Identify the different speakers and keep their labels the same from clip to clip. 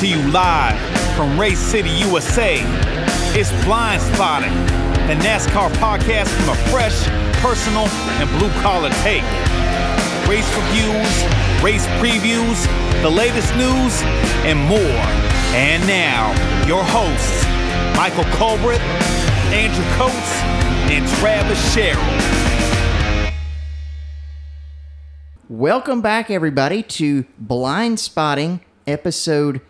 Speaker 1: to you live from Race City, USA. It's Blind Spotting, the NASCAR podcast from a fresh, personal, and blue collar take. Race reviews, race previews, the latest news, and more. And now, your hosts, Michael Colbert, Andrew Coates, and Travis Sherrill.
Speaker 2: Welcome back, everybody, to Blind Spotting, episode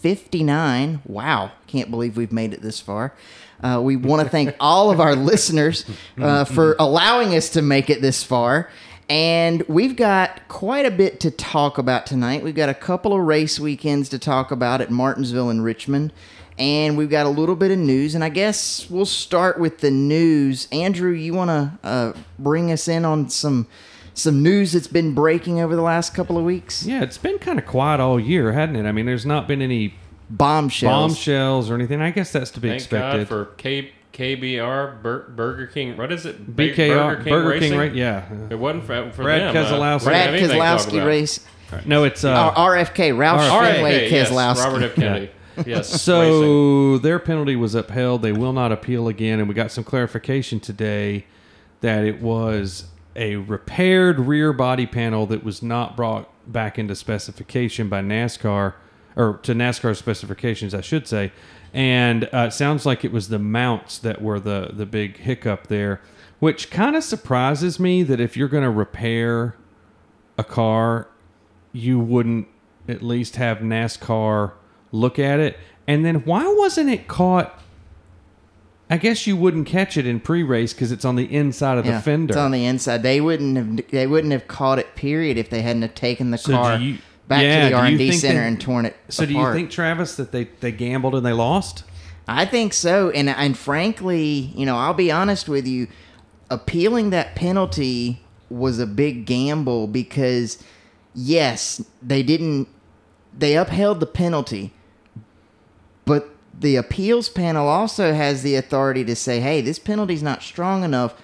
Speaker 2: 59. Wow, can't believe we've made it this far. Uh, we want to thank all of our listeners uh, for allowing us to make it this far. And we've got quite a bit to talk about tonight. We've got a couple of race weekends to talk about at Martinsville and Richmond. And we've got a little bit of news. And I guess we'll start with the news. Andrew, you want to uh, bring us in on some some news that's been breaking over the last couple of weeks?
Speaker 3: Yeah, it's been kind of quiet all year, hadn't it? I mean, there's not been any
Speaker 2: Bombshells.
Speaker 3: bombshells or anything. I guess that's to be
Speaker 4: Thank
Speaker 3: expected.
Speaker 4: God for K- KBR Bur- Burger King. What is it? Ba-
Speaker 3: BKR, Burger King,
Speaker 4: Racing?
Speaker 3: right? Yeah.
Speaker 4: It wasn't for, for
Speaker 3: Brad
Speaker 4: them. uh,
Speaker 3: Keselowski.
Speaker 4: we didn't have
Speaker 2: Brad
Speaker 4: anything to talk
Speaker 2: Keselowski
Speaker 4: about.
Speaker 2: race.
Speaker 3: No, it's uh,
Speaker 2: Uh, RFK, Ralph
Speaker 3: RFK,
Speaker 4: RFK,
Speaker 2: Fenway
Speaker 4: yes,
Speaker 2: Keselowski.
Speaker 4: Robert F. Kennedy. Yes. racing.
Speaker 3: So their penalty was upheld. They will not appeal again. And we got some clarification today that it was a repaired rear body panel that was not brought back into specification by NASCAR or to NASCAR specifications, I should say. And uh, it sounds like it was the mounts that were the the big hiccup there, which kind of surprises me that if you're going to repair a car, you wouldn't at least have NASCAR look at it. And then why wasn't it caught? I guess you wouldn't catch it in pre-race because it's on the inside of the
Speaker 2: Yeah,
Speaker 3: fender.
Speaker 2: It's on the inside. They wouldn't have. They wouldn't have caught it. Period. If they hadn't have taken the
Speaker 3: do
Speaker 2: car
Speaker 3: you-
Speaker 2: back
Speaker 3: yeah,
Speaker 2: to the
Speaker 3: do
Speaker 2: R
Speaker 3: you
Speaker 2: and D
Speaker 3: think
Speaker 2: center
Speaker 3: that-
Speaker 2: and torn it.
Speaker 3: so do you
Speaker 2: apart.
Speaker 3: think Travis that they they gambled and they lost?
Speaker 2: I think so. And and frankly, you know, I'll be honest with you, appealing that penalty was a big gamble because yes, they didn't they upheld the penalty, but the appeals panel also has the authority to say, "Hey, this penalty's not strong enough.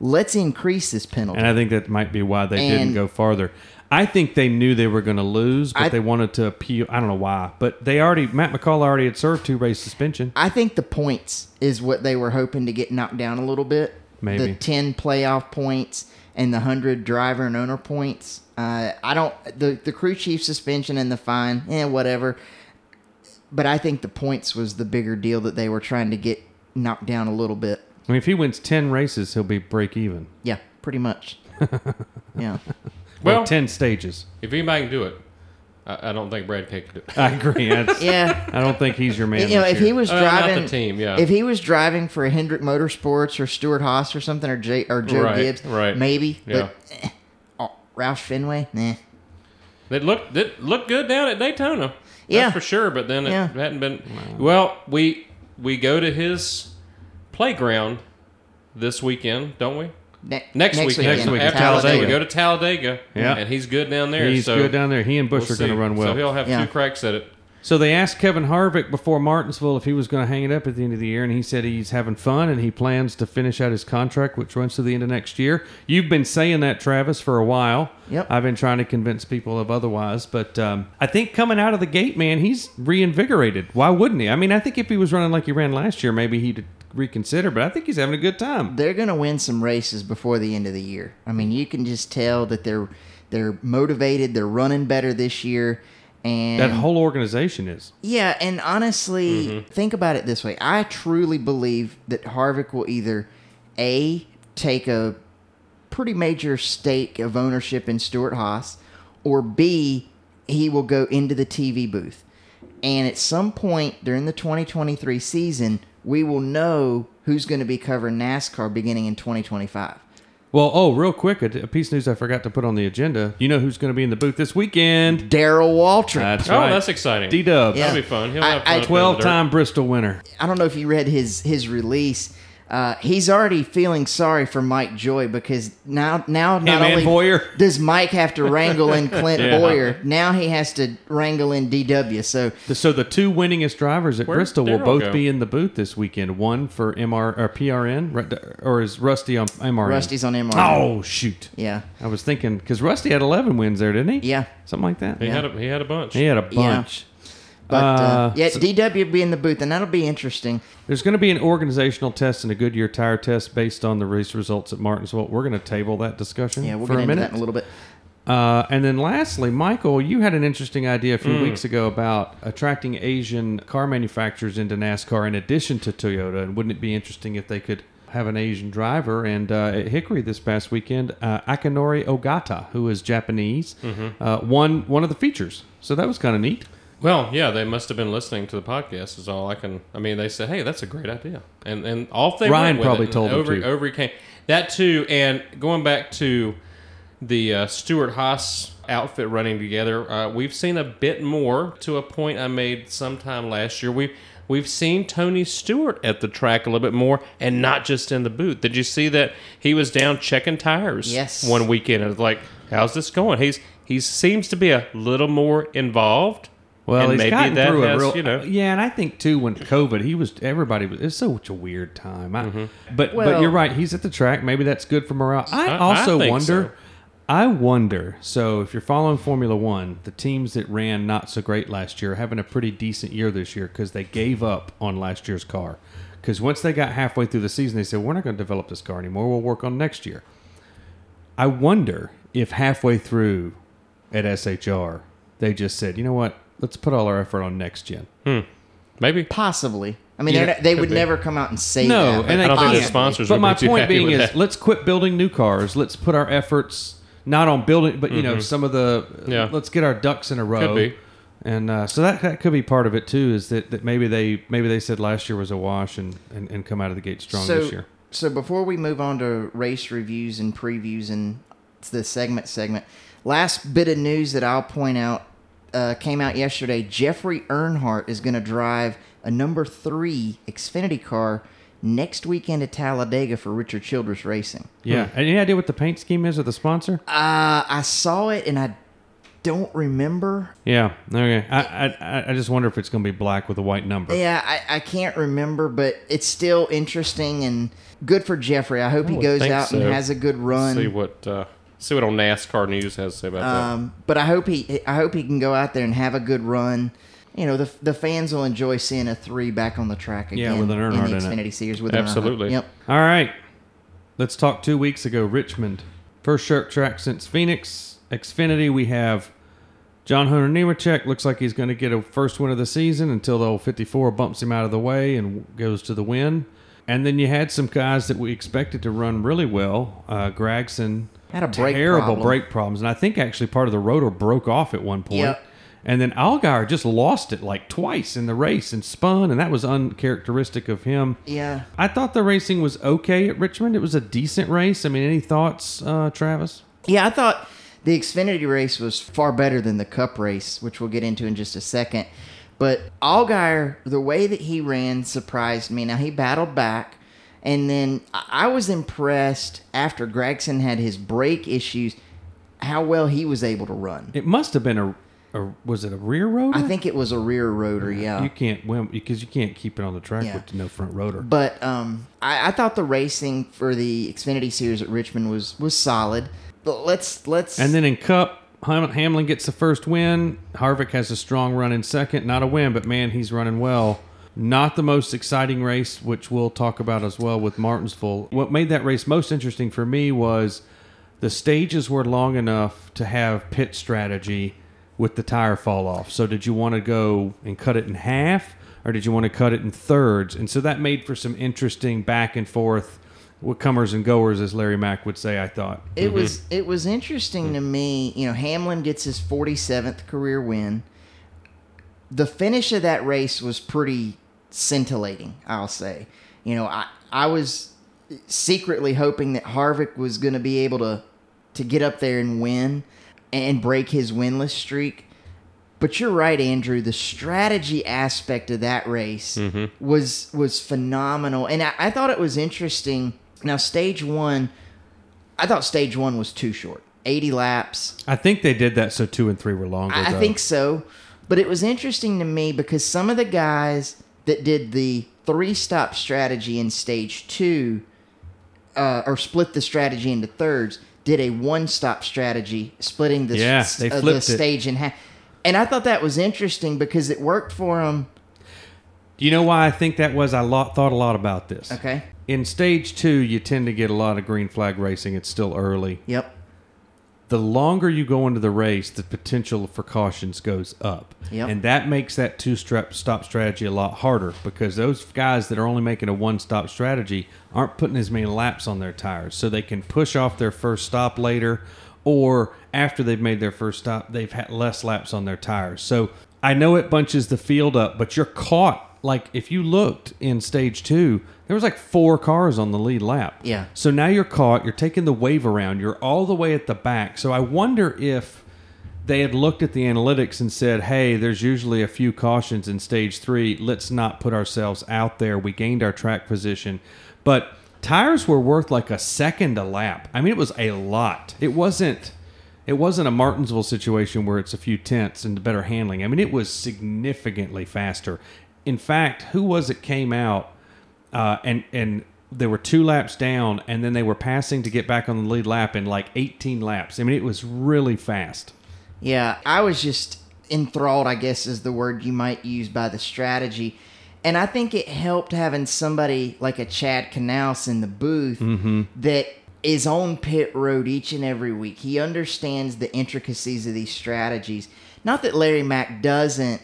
Speaker 2: Let's increase this penalty."
Speaker 3: And I think that might be why they didn't
Speaker 2: And-
Speaker 3: go farther. I think they knew they were going to lose, but
Speaker 2: I-
Speaker 3: they wanted to appeal. I don't know why, but they already Matt McCall already had served two race suspension.
Speaker 2: I think the points is what they were hoping to get knocked down a little bit.
Speaker 3: Maybe.
Speaker 2: the ten playoff points and the hundred driver and owner points. Uh, I don't the the crew chief suspension and the fine and eh, whatever. But I think the points was the bigger deal that they were trying to get knocked down a little bit.
Speaker 3: I mean, if he wins ten races, he'll be break even.
Speaker 2: Yeah, pretty much. yeah,
Speaker 3: Well,
Speaker 4: Well-
Speaker 3: ten stages.
Speaker 4: if anybody can do it, I, I don't think Brad K could do it.
Speaker 3: I agree. That's-
Speaker 2: yeah.
Speaker 3: I don't think he's your man.
Speaker 2: you know,
Speaker 3: this
Speaker 2: if he
Speaker 3: year.
Speaker 2: was
Speaker 4: Uh, not the
Speaker 2: driving
Speaker 4: team, yeah.
Speaker 2: If he was driving for Hendrick Motorsports or Stuart Haas or something or J, or Joe
Speaker 4: Right,
Speaker 2: Gibbs,
Speaker 4: right.
Speaker 2: maybe.
Speaker 4: Yeah.
Speaker 2: But eh, oh, Roush Fenway, nah.
Speaker 4: It looked it looked good down at Daytona. That's
Speaker 2: Yeah.
Speaker 4: for sure. But then it
Speaker 2: Yeah.
Speaker 4: hadn't been. Well, we we go to his playground this weekend, don't we?
Speaker 2: Ne-
Speaker 4: Next, weekend,
Speaker 3: Next weekend,
Speaker 4: after
Speaker 3: Talladega.
Speaker 4: Talladega. we go to Talladega.
Speaker 3: Yeah.
Speaker 4: and he's good down there.
Speaker 3: he's
Speaker 4: so
Speaker 3: good down there. He and Bush
Speaker 4: we'll
Speaker 3: are going to
Speaker 4: see.
Speaker 3: run
Speaker 4: So
Speaker 3: well.
Speaker 4: he'll
Speaker 3: So,
Speaker 4: have
Speaker 2: Yeah.
Speaker 4: two cracks at it.
Speaker 3: they asked Kevin Harvick before Martinsville if he was going to hang it up at the end of the year, and he said he's having fun and he plans to finish out his contract, which runs to the end of next year. You've been saying that, Travis, for a while.
Speaker 2: Yep.
Speaker 3: I've been trying to convince people of otherwise, but um, I think coming out of the gate, man, he's reinvigorated. Why wouldn't he? I mean, I think if he was running like he ran last year, maybe he'd reconsider. But I think he's having a good time.
Speaker 2: They're going to win some races before the end of the year. I mean, you can just tell that they're they're motivated. They're running better this year. And
Speaker 3: That whole organization is.
Speaker 2: Yeah, and honestly, think about it this way. I truly believe that Harvick will either A, take a pretty major stake of ownership in Stuart Haas, or B, he will go into the TV booth. And at some point during the 2023 season, we will know who's going to be covering NASCAR beginning in 2025.
Speaker 3: Well, oh, real quick, a, a piece of news I forgot to put on the agenda. You know who's going to be in the booth this weekend?
Speaker 2: Daryl Waltrip.
Speaker 3: That's
Speaker 4: Oh,
Speaker 3: right.
Speaker 4: that's exciting.
Speaker 3: D Dub,
Speaker 2: Yeah.
Speaker 4: That'll be fun. He'll
Speaker 2: I-
Speaker 4: have
Speaker 2: I-
Speaker 4: fun. up there in the dirt.
Speaker 3: twelve-time Bristol winner.
Speaker 2: I don't know if you read his his release. Uh, he's already feeling sorry for Mike Joy because now now not
Speaker 3: and
Speaker 2: only
Speaker 3: Boyer.
Speaker 2: does Mike have to wrangle in Clint
Speaker 3: Yeah.
Speaker 2: Boyer, now he has to wrangle in DW. So
Speaker 3: The- So the two winningest drivers at
Speaker 4: Where'd
Speaker 3: Bristol will
Speaker 4: Darryl
Speaker 3: both
Speaker 4: go?
Speaker 3: be in the booth this weekend. One for MR or PRN, right, or is Rusty on MRN?
Speaker 2: Rusty's on MR.
Speaker 3: Oh shoot!
Speaker 2: yeah,
Speaker 3: I was thinking because Rusty had eleven wins there, didn't he?
Speaker 2: Yeah.
Speaker 3: something like that.
Speaker 4: He
Speaker 2: Yeah.
Speaker 4: had a, he had a bunch.
Speaker 3: He had a
Speaker 2: Yeah.
Speaker 3: bunch.
Speaker 2: But uh,
Speaker 3: Uh,
Speaker 2: yeah, DW will be in the booth, and that'll be interesting.
Speaker 3: There's going to be an organizational test and a Goodyear tire test based on the race results at Martinsville. We're going to table that discussion
Speaker 2: Yeah, we'll
Speaker 3: for
Speaker 2: get
Speaker 3: a
Speaker 2: into
Speaker 3: minute.
Speaker 2: that in a little bit.
Speaker 3: Uh, and then lastly, Michael, you had an interesting idea a few
Speaker 4: Hmm.
Speaker 3: weeks ago about attracting Asian car manufacturers into NASCAR in addition to Toyota. And wouldn't it be interesting if they could have an Asian driver? And uh, at Hickory this past weekend, uh, Akinori Ogata, who is Japanese,
Speaker 4: Mm-hmm.
Speaker 3: uh, won one of the features. So that was kind of neat.
Speaker 4: Well, yeah, they must have been listening to the podcast. Is all I can. I mean, they said, "Hey, that's a great idea," and and off they
Speaker 3: Ryan
Speaker 4: went with
Speaker 3: probably
Speaker 4: it.
Speaker 3: told them
Speaker 4: over
Speaker 3: to.
Speaker 4: overcame that too. And going back to the uh, Stuart Haas outfit running together, uh, we've seen a bit more to a point I made sometime last year. We we've seen Tony Stewart at the track a little bit more, and not just in the booth. Did you see that he was down checking tires?
Speaker 2: Yes.
Speaker 4: one weekend. And it's like, how's this going? He's he seems to be a little more involved.
Speaker 3: Well,
Speaker 4: and
Speaker 3: he's
Speaker 4: maybe
Speaker 3: gotten
Speaker 4: that
Speaker 3: through
Speaker 4: has,
Speaker 3: a real,
Speaker 4: you know.
Speaker 3: yeah, and I think too when COVID, he was everybody was. It's such a weird time. I,
Speaker 4: Mm-hmm.
Speaker 3: But but
Speaker 2: Well-
Speaker 3: you're right. He's at the track. Maybe that's good for morale. I,
Speaker 4: I- I
Speaker 3: also
Speaker 4: think
Speaker 3: wonder.
Speaker 4: so.
Speaker 3: I wonder. So if you're following Formula One, the teams that ran not so great last year are having a pretty decent year this year because they gave up on last year's car. Because once they got halfway through the season, they said we're not going to develop this car anymore. We'll work on next year. I wonder if halfway through at SHR they just said, you know what, let's put all our effort on next gen.
Speaker 4: Maybe.
Speaker 2: Possibly. I mean,
Speaker 4: Yeah,
Speaker 2: they're- they
Speaker 4: could
Speaker 2: would
Speaker 4: be.
Speaker 2: never come out and say
Speaker 3: No,
Speaker 2: that.
Speaker 3: and
Speaker 2: but
Speaker 3: I
Speaker 4: don't think the
Speaker 2: possibly.
Speaker 4: sponsor- sponsors
Speaker 3: But
Speaker 4: would
Speaker 3: my
Speaker 4: be too
Speaker 3: point
Speaker 4: happy
Speaker 3: being
Speaker 4: with
Speaker 3: is,
Speaker 4: that.
Speaker 3: let's quit building new cars. Let's put our efforts not on building, but you know, some of the
Speaker 4: Mm-hmm. Yeah.
Speaker 3: let's get our ducks in a row.
Speaker 4: be.
Speaker 3: And uh, so that, that could be part of it too. Is that, that maybe they maybe they said last year was a wash and, and, and come out of the gate strong
Speaker 2: so,
Speaker 3: this year.
Speaker 2: So before we move on to race reviews and previews and the segment segment, last bit of news that I'll point out uh, came out yesterday. Jeffrey Earnhardt is going to drive a number three Xfinity car next weekend at Talladega for Richard Childress Racing.
Speaker 3: Yeah.
Speaker 4: Hmm.
Speaker 3: Any idea what the paint scheme is or the sponsor?
Speaker 2: Uh, I saw it and I don't remember.
Speaker 3: yeah. Okay. I, I- I I just wonder if it's going to be black with a white number.
Speaker 2: Yeah, I, I can't remember, but it's still interesting and good for Jeffrey. I hope he
Speaker 4: would
Speaker 2: goes
Speaker 4: think
Speaker 2: out and
Speaker 4: so.
Speaker 2: has a good run.
Speaker 4: see what uh, see what on NASCAR news has to say about
Speaker 2: Um, but I hope he, I hope he can go out there and have a good run. You know, the the fans will enjoy seeing a three back on the track
Speaker 3: Yeah,
Speaker 2: again
Speaker 3: with an Earnhardt
Speaker 2: in the
Speaker 3: in it.
Speaker 2: Xfinity Series with an Earnhardt.
Speaker 4: Absolutely.
Speaker 2: Yep.
Speaker 3: All right. Let's talk two weeks ago, Richmond. First sharp track since Phoenix. Xfinity, we have John Hunter Nemechek. Looks like he's going to get a first win of the season until the old 54 bumps him out of the way and goes to the win. And then you had some guys that we expected to run really well. Uh, Gregson
Speaker 2: Had a brake
Speaker 3: terrible
Speaker 2: problem.
Speaker 3: brake problems. And I think actually part of the rotor broke off at one point.
Speaker 2: Yep.
Speaker 3: And then Algar just lost it like twice in the race and spun. And that was uncharacteristic of him.
Speaker 2: Yeah.
Speaker 3: I thought the racing was okay at Richmond. It was a decent race. I mean, any thoughts, uh, Travis?
Speaker 2: Yeah, I thought the Xfinity race was far better than the Cup race, which we'll get into in just a second. But Allgaier, the way that he ran surprised me. Now he battled back, and then I I was impressed after Gregson had his brake issues, how well he was able to run.
Speaker 3: It must have been a, a was it a rear rotor?
Speaker 2: I think it was a rear rotor, yeah.
Speaker 3: you can't win because you can't keep it on the track
Speaker 2: Yeah.
Speaker 3: with no front rotor.
Speaker 2: But um, I, I thought the racing for the Xfinity Series at Richmond was was solid. But let's let's
Speaker 3: And then in Cup, Ham- Hamlin gets the first win. Harvick has a strong run in second. Not a win, but man, he's running well. Not the most exciting race, which we'll talk about as well with Martinsville. What made that race most interesting for me was the stages were long enough to have pit strategy with the tire fall off. So, did you want to go and cut it in half, or did you want to cut it in thirds? And so that made for some interesting back and forth, with comers and goers, as Larry Mack would say. I thought.
Speaker 2: it was it was interesting to me. You know, Hamlin gets his 47th career win. The finish of that race was pretty scintillating, I'll say. You know, I I was secretly hoping that Harvick was going to be able to to get up there and win and break his winless streak. But you're right, Andrew. The strategy aspect of that race was was phenomenal, and I, I thought it was interesting. Now, stage one, I thought stage one was too short, 80 laps.
Speaker 3: I think they did that so two and three were longer.
Speaker 2: I, I
Speaker 3: though.
Speaker 2: think so, but it was interesting to me because some of the guys that did the three stop strategy in stage two, uh, or split the strategy into thirds, did a one stop strategy, splitting the,
Speaker 3: Yeah,
Speaker 2: s-
Speaker 3: they
Speaker 2: uh, the
Speaker 3: flipped it.
Speaker 2: stage in half. And I thought that was interesting because it worked for him.
Speaker 3: Do you know why I think that was? I lot, thought a lot about this.
Speaker 2: Okay.
Speaker 3: In stage two, you tend to get a lot of green flag racing. It's still early.
Speaker 2: Yep.
Speaker 3: The longer you go into the race, the potential for cautions goes up.
Speaker 2: Yep.
Speaker 3: And that makes that two strap stop strategy a lot harder because those guys that are only making a one stop strategy aren't putting as many laps on their tires. So they can push off their first stop later or after they've made their first stop, they've had less laps on their tires. So I know it bunches the field up, but you're caught. Like if you looked in stage two, there was like four cars on the lead lap.
Speaker 2: Yeah.
Speaker 3: So now you're caught. You're taking the wave around. You're all the way at the back. So I wonder if they had looked at the analytics and said, hey, there's usually a few cautions in stage three. Let's not put ourselves out there. We gained our track position. But tires were worth like a second a lap. I mean, it was a lot. It wasn't. It wasn't a Martinsville situation where it's a few tenths and better handling. I mean, it was significantly faster. In fact, who was it came out uh, and and they were two laps down, and then they were passing to get back on the lead lap in like 18 laps. I mean, it was really fast.
Speaker 2: Yeah, I was just enthralled, I guess is the word you might use by the strategy. And I think it helped having somebody like a Chad Knaus in the booth that is on pit road each and every week. He understands the intricacies of these strategies. Not that Larry Mack doesn't,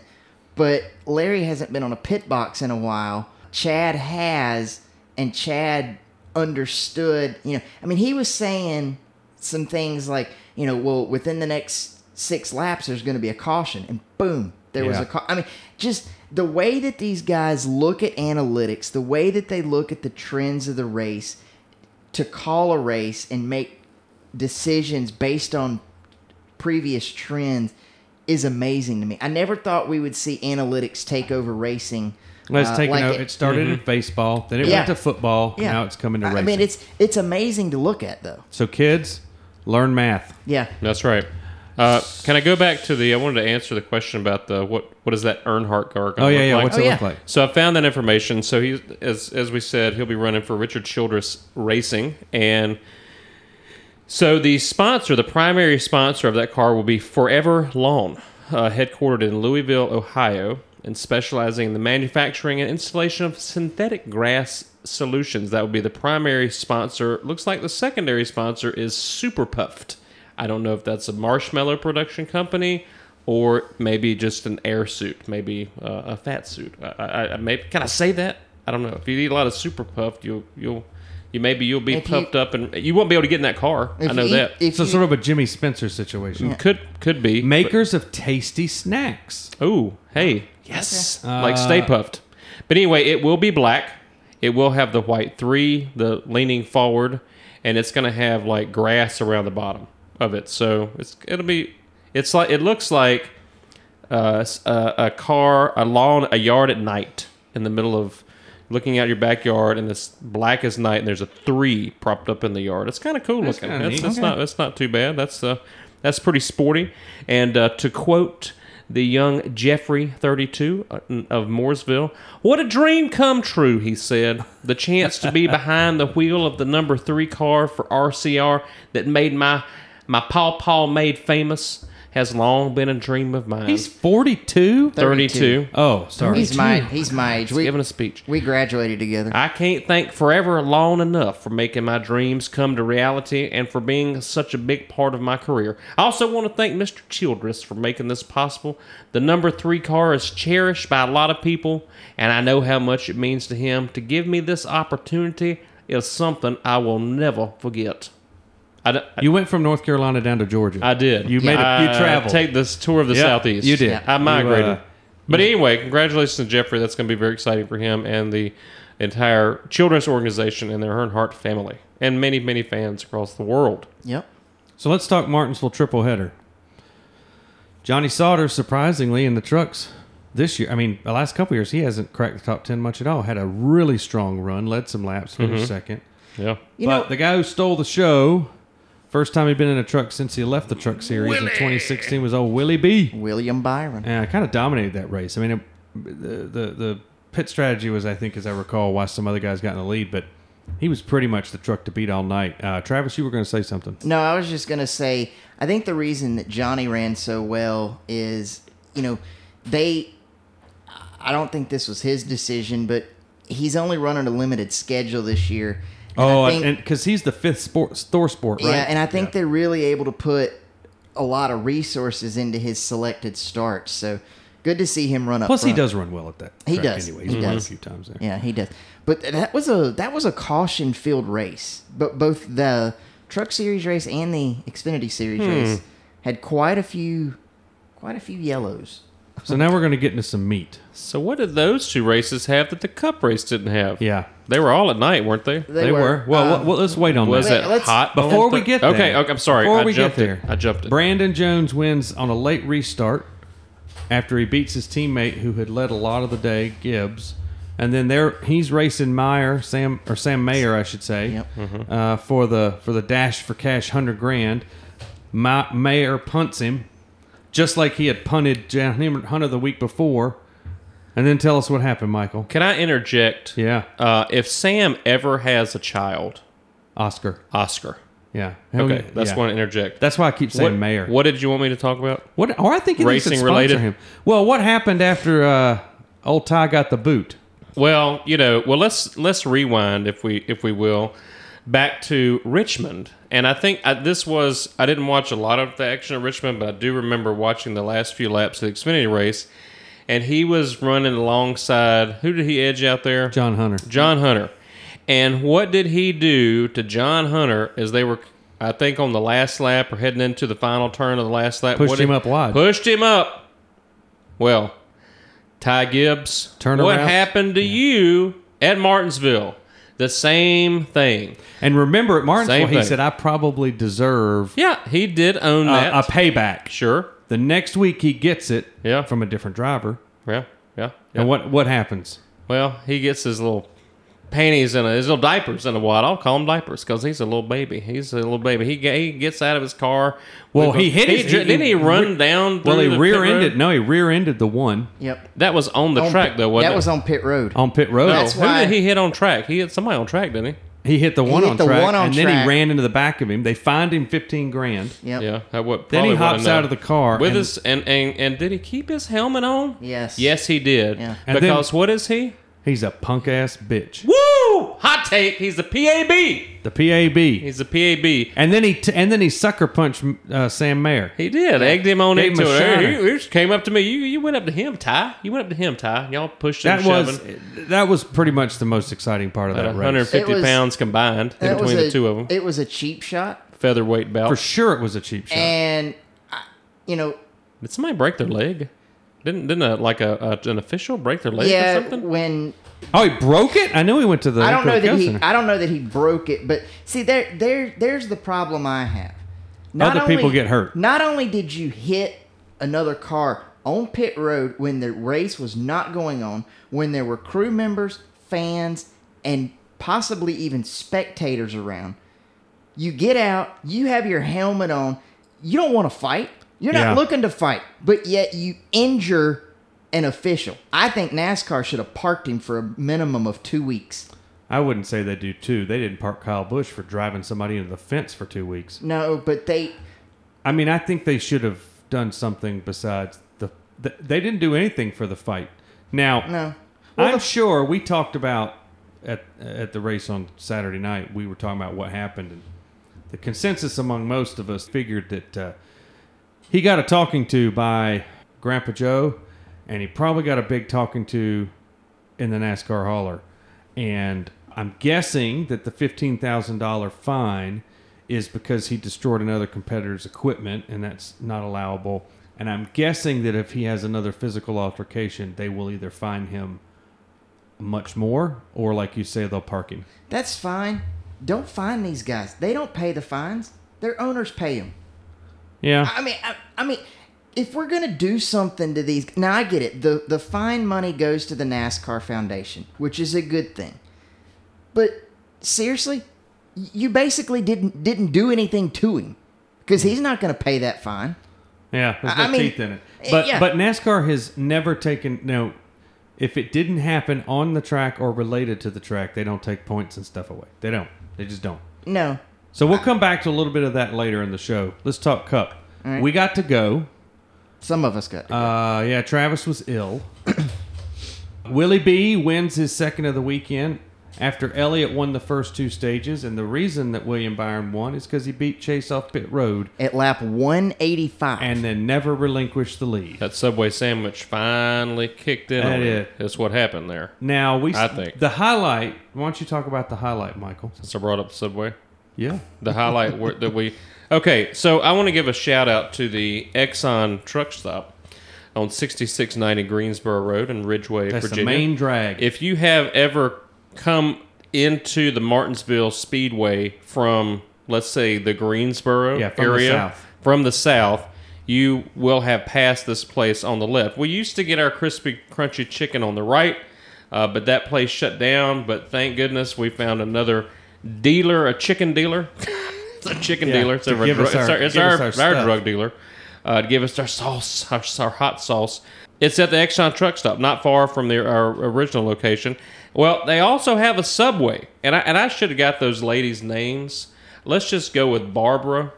Speaker 2: but Larry hasn't been on a pit box in a while. Chad has, and Chad understood. You know, I mean, he was saying some things like, you know, well, within the next six laps, there's going to be a caution, and boom, there was
Speaker 3: Yeah.
Speaker 2: a. Ca- I mean, just the way that these guys look at analytics, the way that they look at the trends of the race, to call a race and make decisions based on previous trends is amazing to me. I never thought we would see analytics take over racing.
Speaker 3: Well, it's
Speaker 2: uh,
Speaker 3: taken
Speaker 2: like
Speaker 3: o-
Speaker 2: it-
Speaker 3: it, started in baseball, then it
Speaker 2: Yeah.
Speaker 3: went to football, and now it's coming to
Speaker 2: I-
Speaker 3: racing.
Speaker 2: I mean, it's it's amazing to look at, though.
Speaker 3: so kids learn math.
Speaker 2: Yeah,
Speaker 4: That's right. Uh, can I go back to the? I wanted to answer the question about the what? What is that Earnhardt car?
Speaker 3: Oh
Speaker 4: gonna
Speaker 3: yeah,
Speaker 4: look
Speaker 3: yeah.
Speaker 4: like?
Speaker 3: What's
Speaker 2: Oh,
Speaker 3: it
Speaker 2: yeah.
Speaker 3: look like?
Speaker 4: So I found that information. So he, as as we said, he'll be running for Richard Childress Racing, and so the sponsor, the primary sponsor of that car, will be Forever Lawn, uh, headquartered in Louisville, Ohio, and specializing in the manufacturing and installation of synthetic grass solutions. That will be the primary sponsor. Looks like the secondary sponsor is Super Puffed. I don't know if that's a marshmallow production company or maybe just an air suit, maybe uh, a fat suit. I, I, I maybe can I say that? I don't know. If you eat a lot of super puffed, you'll you'll you maybe you'll be
Speaker 2: If you-
Speaker 4: puffed up and you won't be able to get in that car. I
Speaker 2: If
Speaker 4: know
Speaker 2: you eat-
Speaker 4: that.
Speaker 2: If
Speaker 3: So
Speaker 2: you-
Speaker 3: sort of a Jimmy Spencer situation.
Speaker 4: Could could be
Speaker 3: Makers of tasty snacks.
Speaker 4: Oh, hey, yes, like
Speaker 3: Uh,
Speaker 4: Stay Puffed. But anyway, it will be black. It will have the white three, the leaning forward, and it's going to have like grass around the bottom of it. So it's it'll be it's like it looks like uh, s- a, a car, a lawn, a yard at night in the middle of looking out your backyard, and it's black as night, and there's a three propped up in the yard. It's kind of cool
Speaker 3: That's
Speaker 4: looking.
Speaker 3: kinda
Speaker 4: That's,
Speaker 3: neat.
Speaker 4: that's not that's not too bad. That's uh, that's pretty sporty. And uh, to quote the young Jeffrey, 32 uh, of Mooresville, "What a dream come true," he said. The chance to be behind the wheel of the number three car for RCR that made my my Paw Paw made famous has long been a dream of mine.
Speaker 3: He's 42.
Speaker 4: 32.
Speaker 3: Oh, sorry.
Speaker 2: he's my he's my age. We,
Speaker 4: giving a speech.
Speaker 2: we graduated together.
Speaker 4: I can't thank Forever Long enough for making my dreams come to reality and for being such a big part of my career. I also want to thank Mr. Childress for making this possible. The number three car is cherished by a lot of people, and I know how much it means to him. To give me this opportunity is something I will never forget. I, d-
Speaker 3: You went from North Carolina down to Georgia.
Speaker 4: I did.
Speaker 3: You made a,
Speaker 4: I
Speaker 3: you traveled.
Speaker 4: Take this tour of the
Speaker 3: Yeah,
Speaker 4: southeast.
Speaker 3: you did.
Speaker 4: I
Speaker 3: You,
Speaker 4: migrated.
Speaker 3: uh,
Speaker 4: but anyway, congratulations to Jeffrey. That's going to be very exciting for him and the entire children's organization and their Earnhardt family and many many fans across the world.
Speaker 2: Yep.
Speaker 3: so let's talk Martinsville triple header. Johnny Sauter, surprisingly, in the trucks this year. I mean, the last couple years, he hasn't cracked the top ten much at all. Had a really strong run, led some laps, finished second.
Speaker 4: Yeah.
Speaker 2: You
Speaker 3: but
Speaker 2: know,
Speaker 3: the guy who stole the show, first time he'd been in a truck since he left the truck series in 2016 was old Willie B.
Speaker 2: William Byron.
Speaker 3: and I kind of dominated that race. I mean, it, the, the the pit strategy was, I think, as I recall, why some other guys got in the lead, but he was pretty much the truck to beat all night. Uh, Travis, you were going to say something.
Speaker 2: No, I was just gonna say. I think the reason that Johnny ran so well is you know, they. I don't think this was his decision, but he's only running a limited schedule this year. And
Speaker 3: Oh,
Speaker 2: I think,
Speaker 3: and because he's the fifth sport, Thor sport, right?
Speaker 2: yeah, and I think they're really able to put a lot of resources into his selected starts. So good to see him run up.
Speaker 3: Plus, he
Speaker 2: front.
Speaker 3: does run well at that.
Speaker 2: He
Speaker 3: track
Speaker 2: does.
Speaker 3: Anyway, he's
Speaker 2: He
Speaker 3: won
Speaker 2: does.
Speaker 3: a few times there.
Speaker 2: Yeah, he does. But that was a that was a caution field race. But both the Truck Series race and the Xfinity Series
Speaker 4: Hmm.
Speaker 2: race had quite a few quite a few yellows.
Speaker 3: So now we're going to get into some meat.
Speaker 4: So what did those two races have that the Cup race didn't have?
Speaker 3: Yeah,
Speaker 4: they were all at night, weren't they?
Speaker 3: they, were. Well,
Speaker 2: um,
Speaker 3: well, let's wait on
Speaker 4: Was
Speaker 2: Wait,
Speaker 3: that.
Speaker 4: it
Speaker 2: let's-
Speaker 4: hot
Speaker 3: Before we get there,
Speaker 4: Okay, okay. I'm sorry.
Speaker 3: Before
Speaker 4: I
Speaker 3: we
Speaker 4: jumped
Speaker 3: get there,
Speaker 4: it. I jumped it.
Speaker 3: Brandon Jones wins on a late restart after he beats his teammate who had led a lot of the day, Gibbs, and then there he's racing Meyer, Sam or Sam Mayer, I should say,
Speaker 2: Yep.
Speaker 4: Mm-hmm.
Speaker 3: uh, for the for the dash for cash hundred grand. My, Mayer punts him, just like he had punted Jan Hunter the week before, and then tell us what happened, Michael.
Speaker 4: Can I interject?
Speaker 3: Yeah,
Speaker 4: Uh, if Sam ever has a child,
Speaker 3: Oscar.
Speaker 4: Oscar.
Speaker 3: Yeah.
Speaker 4: Okay, that's
Speaker 3: Oh, yeah.
Speaker 4: one interject.
Speaker 3: That's why I keep saying
Speaker 4: what,
Speaker 3: Mayer.
Speaker 4: What did you want me to talk about?
Speaker 3: What? Or I think racing
Speaker 4: Racing
Speaker 3: related.
Speaker 4: related?
Speaker 3: Him. Well, what happened after uh, old Ty got the boot?
Speaker 4: Well, you know, well let's let's rewind if we if we will back to Richmond. And I think I, this was I didn't watch a lot of the action at Richmond, but I do remember watching the last few laps of the Xfinity race. And he was running alongside who did he edge out there?
Speaker 3: John Hunter.
Speaker 4: John Hunter. And what did he do to John Hunter as they were, I think, on the last lap or heading into the final turn of the last lap?
Speaker 3: Pushed
Speaker 4: What did-
Speaker 3: him up wide.
Speaker 4: Pushed him up. Well, Ty Gibbs,
Speaker 3: Turnaround.
Speaker 4: what happened to you at Martinsville? The same thing.
Speaker 3: And remember at Martinsville,
Speaker 4: Same
Speaker 3: he
Speaker 4: thing.
Speaker 3: said, "I probably deserve
Speaker 4: Yeah, he did own that.
Speaker 3: a, a payback."
Speaker 4: sure.
Speaker 3: The next week, he gets it
Speaker 4: Yeah.
Speaker 3: from a different driver.
Speaker 4: Yeah. Yeah. yeah.
Speaker 3: And what what happens?
Speaker 4: Well, he gets his little panties and his little diapers in a wad. I'll call him diapers because he's a little baby. He's a little baby. He, ga- he gets out of his car.
Speaker 3: Well, he hit his-
Speaker 4: ju- didn't he run down?
Speaker 3: Well, he
Speaker 4: through the pit
Speaker 3: rear-ended.
Speaker 4: road?
Speaker 3: No, he rear-ended the one
Speaker 2: Yep.
Speaker 4: That was on the
Speaker 2: On
Speaker 4: track
Speaker 2: pit-
Speaker 4: though, wasn't
Speaker 2: that
Speaker 4: it? Oh,
Speaker 2: was on pit road.
Speaker 3: on pit road.
Speaker 4: No,
Speaker 2: That's
Speaker 4: who
Speaker 2: why-
Speaker 4: did he hit on track? He hit somebody on track, didn't he?
Speaker 3: He hit the one
Speaker 2: hit
Speaker 3: on
Speaker 2: the
Speaker 3: track,
Speaker 2: one on
Speaker 3: and then
Speaker 2: track.
Speaker 3: he ran into the back of him. They fined him fifteen grand.
Speaker 2: Yep.
Speaker 4: Yeah. that What,
Speaker 3: Then he
Speaker 4: probably what I
Speaker 3: hops
Speaker 4: know.
Speaker 3: out of the car
Speaker 4: with
Speaker 3: and-
Speaker 4: his and, and and did he keep his helmet on?
Speaker 2: Yes.
Speaker 4: Yes, he did.
Speaker 2: Yeah.
Speaker 3: And then-
Speaker 4: Because what is he?
Speaker 3: He's a punk ass bitch.
Speaker 4: Woo! Hot take. He's the PAB.
Speaker 3: The PAB.
Speaker 4: He's the PAB.
Speaker 3: and then he t- and then he sucker punched uh, Sam Mayer.
Speaker 4: He did. Egged him on
Speaker 3: Gave him
Speaker 4: into
Speaker 3: a
Speaker 4: it. Hey,
Speaker 3: shiner.
Speaker 4: He, he just came up to me. You you went up to him, Ty. You went up to him, Ty. Y'all pushed him,
Speaker 3: that was
Speaker 4: shoving.
Speaker 3: that was pretty much the most exciting part of
Speaker 4: About
Speaker 3: that race.
Speaker 4: 150
Speaker 2: It was-
Speaker 4: pounds combined
Speaker 2: That
Speaker 4: between
Speaker 2: was a,
Speaker 4: the two of them.
Speaker 2: It was a cheap shot,
Speaker 4: Featherweight belt.
Speaker 3: For sure, it was a cheap shot.
Speaker 2: and I, you know,
Speaker 4: Did somebody break their leg? Didn't didn't a, like a, a an official break their leg or
Speaker 2: yeah,
Speaker 4: something?
Speaker 2: when
Speaker 3: oh, he broke it. I knew he went to the.
Speaker 2: I don't know
Speaker 3: Enfield
Speaker 2: that
Speaker 3: Health
Speaker 2: he
Speaker 3: Center.
Speaker 2: I don't know that he broke it, but see there there there's the problem I have.
Speaker 3: Other people get hurt.
Speaker 2: Not only did you hit another car on pit road when the race was not going on, when there were crew members, fans, and possibly even spectators around. You get out, you have your helmet on, you don't want to fight. You're not
Speaker 3: Yeah.
Speaker 2: looking to fight, but yet you injure an official. I think NASCAR should have parked him for a minimum of two weeks.
Speaker 3: I wouldn't say they do too. They didn't park Kyle Bush for driving somebody into the fence for two weeks.
Speaker 2: No, but they
Speaker 3: I mean, I think they should have done something besides the. the they didn't do anything for the fight. Now,
Speaker 2: no.
Speaker 3: I'm sure we talked about at at the race on Saturday night. We were talking about what happened, and the consensus among most of us figured that uh, he got a talking to by Grandpa Joe, and he probably got a big talking to in the NASCAR hauler. And I'm guessing that the fifteen thousand dollar fine is because he destroyed another competitor's equipment, and that's not allowable. And I'm guessing that if he has another physical altercation, they will either fine him much more, or like you say, they'll park him.
Speaker 2: That's fine. Don't fine these guys. They don't pay the fines. Their owners pay them.
Speaker 3: Yeah,
Speaker 2: I mean, I, I mean, if we're gonna do something to these, now I get it. the The fine money goes to the NASCAR Foundation, which is a good thing. But seriously, y- you basically didn't didn't do anything to him because he's not gonna pay that fine.
Speaker 3: yeah. There's no
Speaker 2: I- I mean, eh,
Speaker 3: teeth in it. But
Speaker 2: yeah.
Speaker 3: but NASCAR has never taken no. If it didn't happen on the track or related to the track, they don't take points and stuff away. They don't. They just don't.
Speaker 2: No,
Speaker 3: So we'll come back to a little bit of that later in the show. Let's talk cup. We got to go.
Speaker 2: Some of us got.
Speaker 3: Uh, yeah, Travis was ill. Willie B wins his second of the weekend after Elliott won the first two stages, and the reason that William Byron won is because he beat Chase off pit road
Speaker 2: at lap 185.
Speaker 3: and then never relinquished the lead.
Speaker 4: That Subway sandwich finally kicked in.
Speaker 3: That
Speaker 4: on
Speaker 3: it.
Speaker 4: That's what happened there.
Speaker 3: Now we,
Speaker 4: I think.
Speaker 3: the highlight. Why don't you talk about the highlight, Michael?
Speaker 4: So I brought up Subway.
Speaker 3: Yeah,
Speaker 4: the highlight where, that we. Okay, so I want to give a shout out to the Exxon truck stop on 6690 Greensboro Road in Ridgeway,
Speaker 3: that's
Speaker 4: Virginia.
Speaker 3: the main drag.
Speaker 4: If you have ever come into the Martinsville Speedway from, let's say, the Greensboro
Speaker 3: Yeah, from the
Speaker 4: area,
Speaker 3: south.
Speaker 4: from the south, you will have passed this place on the left. We used to get our crispy, crunchy chicken on the right, uh, but that place shut down. But thank goodness we found another dealer, a chicken dealer. it's a chicken
Speaker 3: Yeah,
Speaker 4: dealer. It's,
Speaker 3: to
Speaker 4: our,
Speaker 3: give
Speaker 4: dru-
Speaker 3: us our-
Speaker 4: it's, our, it's
Speaker 3: give us
Speaker 4: our-
Speaker 3: our
Speaker 4: our
Speaker 3: stuff.
Speaker 4: drug dealer uh, to give us our sauce, our, our hot sauce. It's at the Exxon truck stop, not far from their, our original location. Well, they also have a Subway, and I, and I should have got those ladies' names. Let's just go with Barbara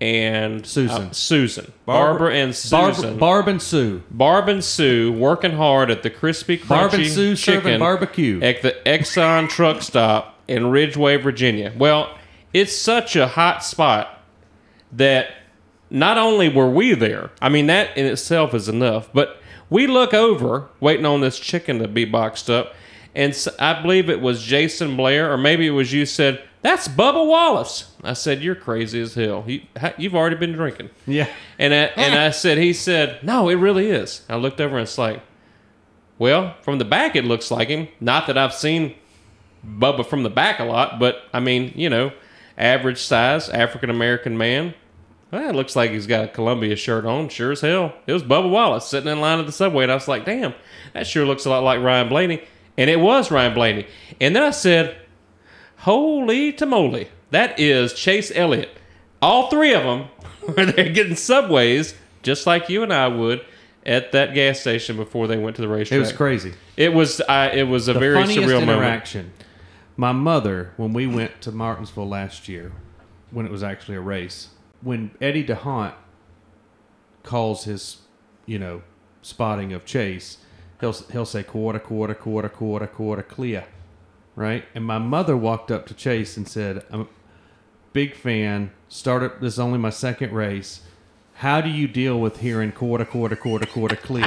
Speaker 4: and
Speaker 3: Susan.
Speaker 4: uh, Susan. Barbara, and
Speaker 3: Barb-
Speaker 4: Susan.
Speaker 3: Barb and Sue.
Speaker 4: Barb and Sue working hard at the crispy crunchy
Speaker 3: Barb and Sue serving
Speaker 4: chicken
Speaker 3: barbecue.
Speaker 4: at the Exxon truck stop in Ridgeway, Virginia. Well, it's such a hot spot that not only were we there, I mean that in itself is enough, but we look over waiting on this chicken to be boxed up, and s- I believe it was Jason Blair or maybe it was you said that's Bubba Wallace. I said you're crazy as hell. You, ha- you've already been drinking.
Speaker 3: Yeah,
Speaker 4: And I, and I said, he said, no, it really is. I looked over and it's like, well, from the back it looks like him. Not that I've seen Bubba from the back a lot, but I mean, you know, average size African American man. Well, it looks like he's got a Columbia shirt on. Sure as hell, it was Bubba Wallace sitting in line at the subway, and I was like, damn, that sure looks a lot like Ryan Blaney. And it was Ryan Blaney. And then I said, Holy tamale. That is Chase Elliott. All three of them were there getting subways, just like you and I would, at that gas station before they went to the racetrack.
Speaker 3: it was crazy.
Speaker 4: It was, I, it was a
Speaker 3: the
Speaker 4: very
Speaker 3: funniest
Speaker 4: surreal moment.
Speaker 3: interaction. My mother, when we went to Martinsville last year, when it was actually a race, when Eddie DeHaan calls his, you know, spotting of Chase, he'll he'll say quarter, quarter, quarter, quarter, quarter, clear, right? And my mother walked up to Chase and said, "I'm a big fan. Started this is only my second race." How do you deal with hearing quarter, quarter, quarter, quarter, clear?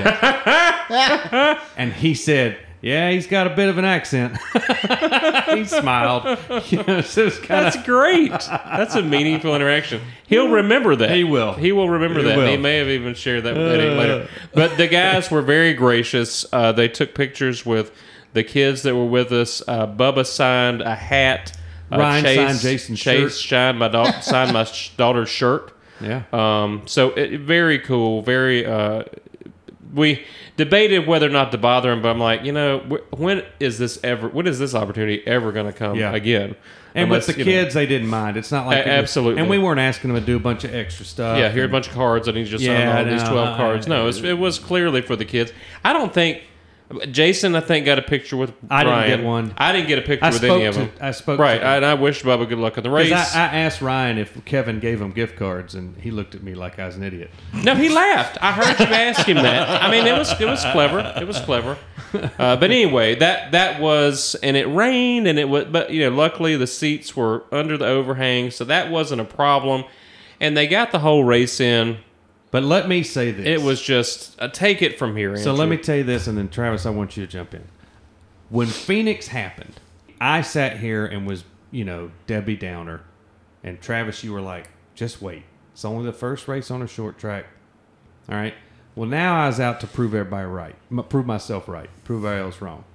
Speaker 3: And he said, "Yeah, he's got a bit of an accent." he smiled. You know, so it's kind
Speaker 4: That's
Speaker 3: of
Speaker 4: great. That's a meaningful interaction. He'll remember that.
Speaker 3: He will.
Speaker 4: He will remember
Speaker 3: He
Speaker 4: that.
Speaker 3: will. Uh.
Speaker 4: He may have even shared that with Eddie later. But the guys were very gracious. Uh, they took pictures with the kids that were with us. Uh, Bubba signed a hat. Uh,
Speaker 3: Ryan signed Jason's
Speaker 4: Chase
Speaker 3: shirt.
Speaker 4: signed my da- signed my sh- daughter's shirt.
Speaker 3: yeah.
Speaker 4: Um, so it, very cool. Very. Uh, we debated whether or not to bother him, but I'm like, you know, wh- when is this ever? When is this opportunity ever going to come
Speaker 3: Yeah.
Speaker 4: again?
Speaker 3: and with
Speaker 4: Unless,
Speaker 3: the
Speaker 4: you know-
Speaker 3: kids, they didn't mind. It's not like
Speaker 4: A-
Speaker 3: it was-
Speaker 4: absolutely.
Speaker 3: And we weren't asking them to do a bunch of extra stuff.
Speaker 4: Yeah, here are a bunch of cards. I need you to sign
Speaker 3: Yeah,
Speaker 4: all these
Speaker 3: no,
Speaker 4: 12
Speaker 3: I-
Speaker 4: cards. No, it's, it was clearly for the kids. I don't think. Jason, I think, got a picture with
Speaker 3: I didn't
Speaker 4: Brian.
Speaker 3: get one.
Speaker 4: I didn't get a picture
Speaker 3: I
Speaker 4: with
Speaker 3: spoke
Speaker 4: any of
Speaker 3: to-
Speaker 4: them.
Speaker 3: I spoke to
Speaker 4: Right,
Speaker 3: them.
Speaker 4: and I wished Bubba good luck in the race.
Speaker 3: Because I, I asked Ryan if Kevin gave him gift cards, and he looked at me like I was an idiot.
Speaker 4: No, he laughed. I heard you ask him that. I mean, it was it was clever. It was clever. Uh, but anyway, that that was, and it rained, and it was. But you know, luckily the seats were under the overhang, so that wasn't a problem. And they got the whole race in.
Speaker 3: But let me say this:
Speaker 4: It was just uh, take it from here.
Speaker 3: So let
Speaker 4: Andrew.
Speaker 3: me tell you this, and then Travis, I want you to jump in. When Phoenix happened, I sat here and was, you know, Debbie Downer, and Travis, you were like, just wait. It's only the first race on a short track. All right. Well, now I was out to prove everybody right, m- prove myself right, prove everybody else wrong.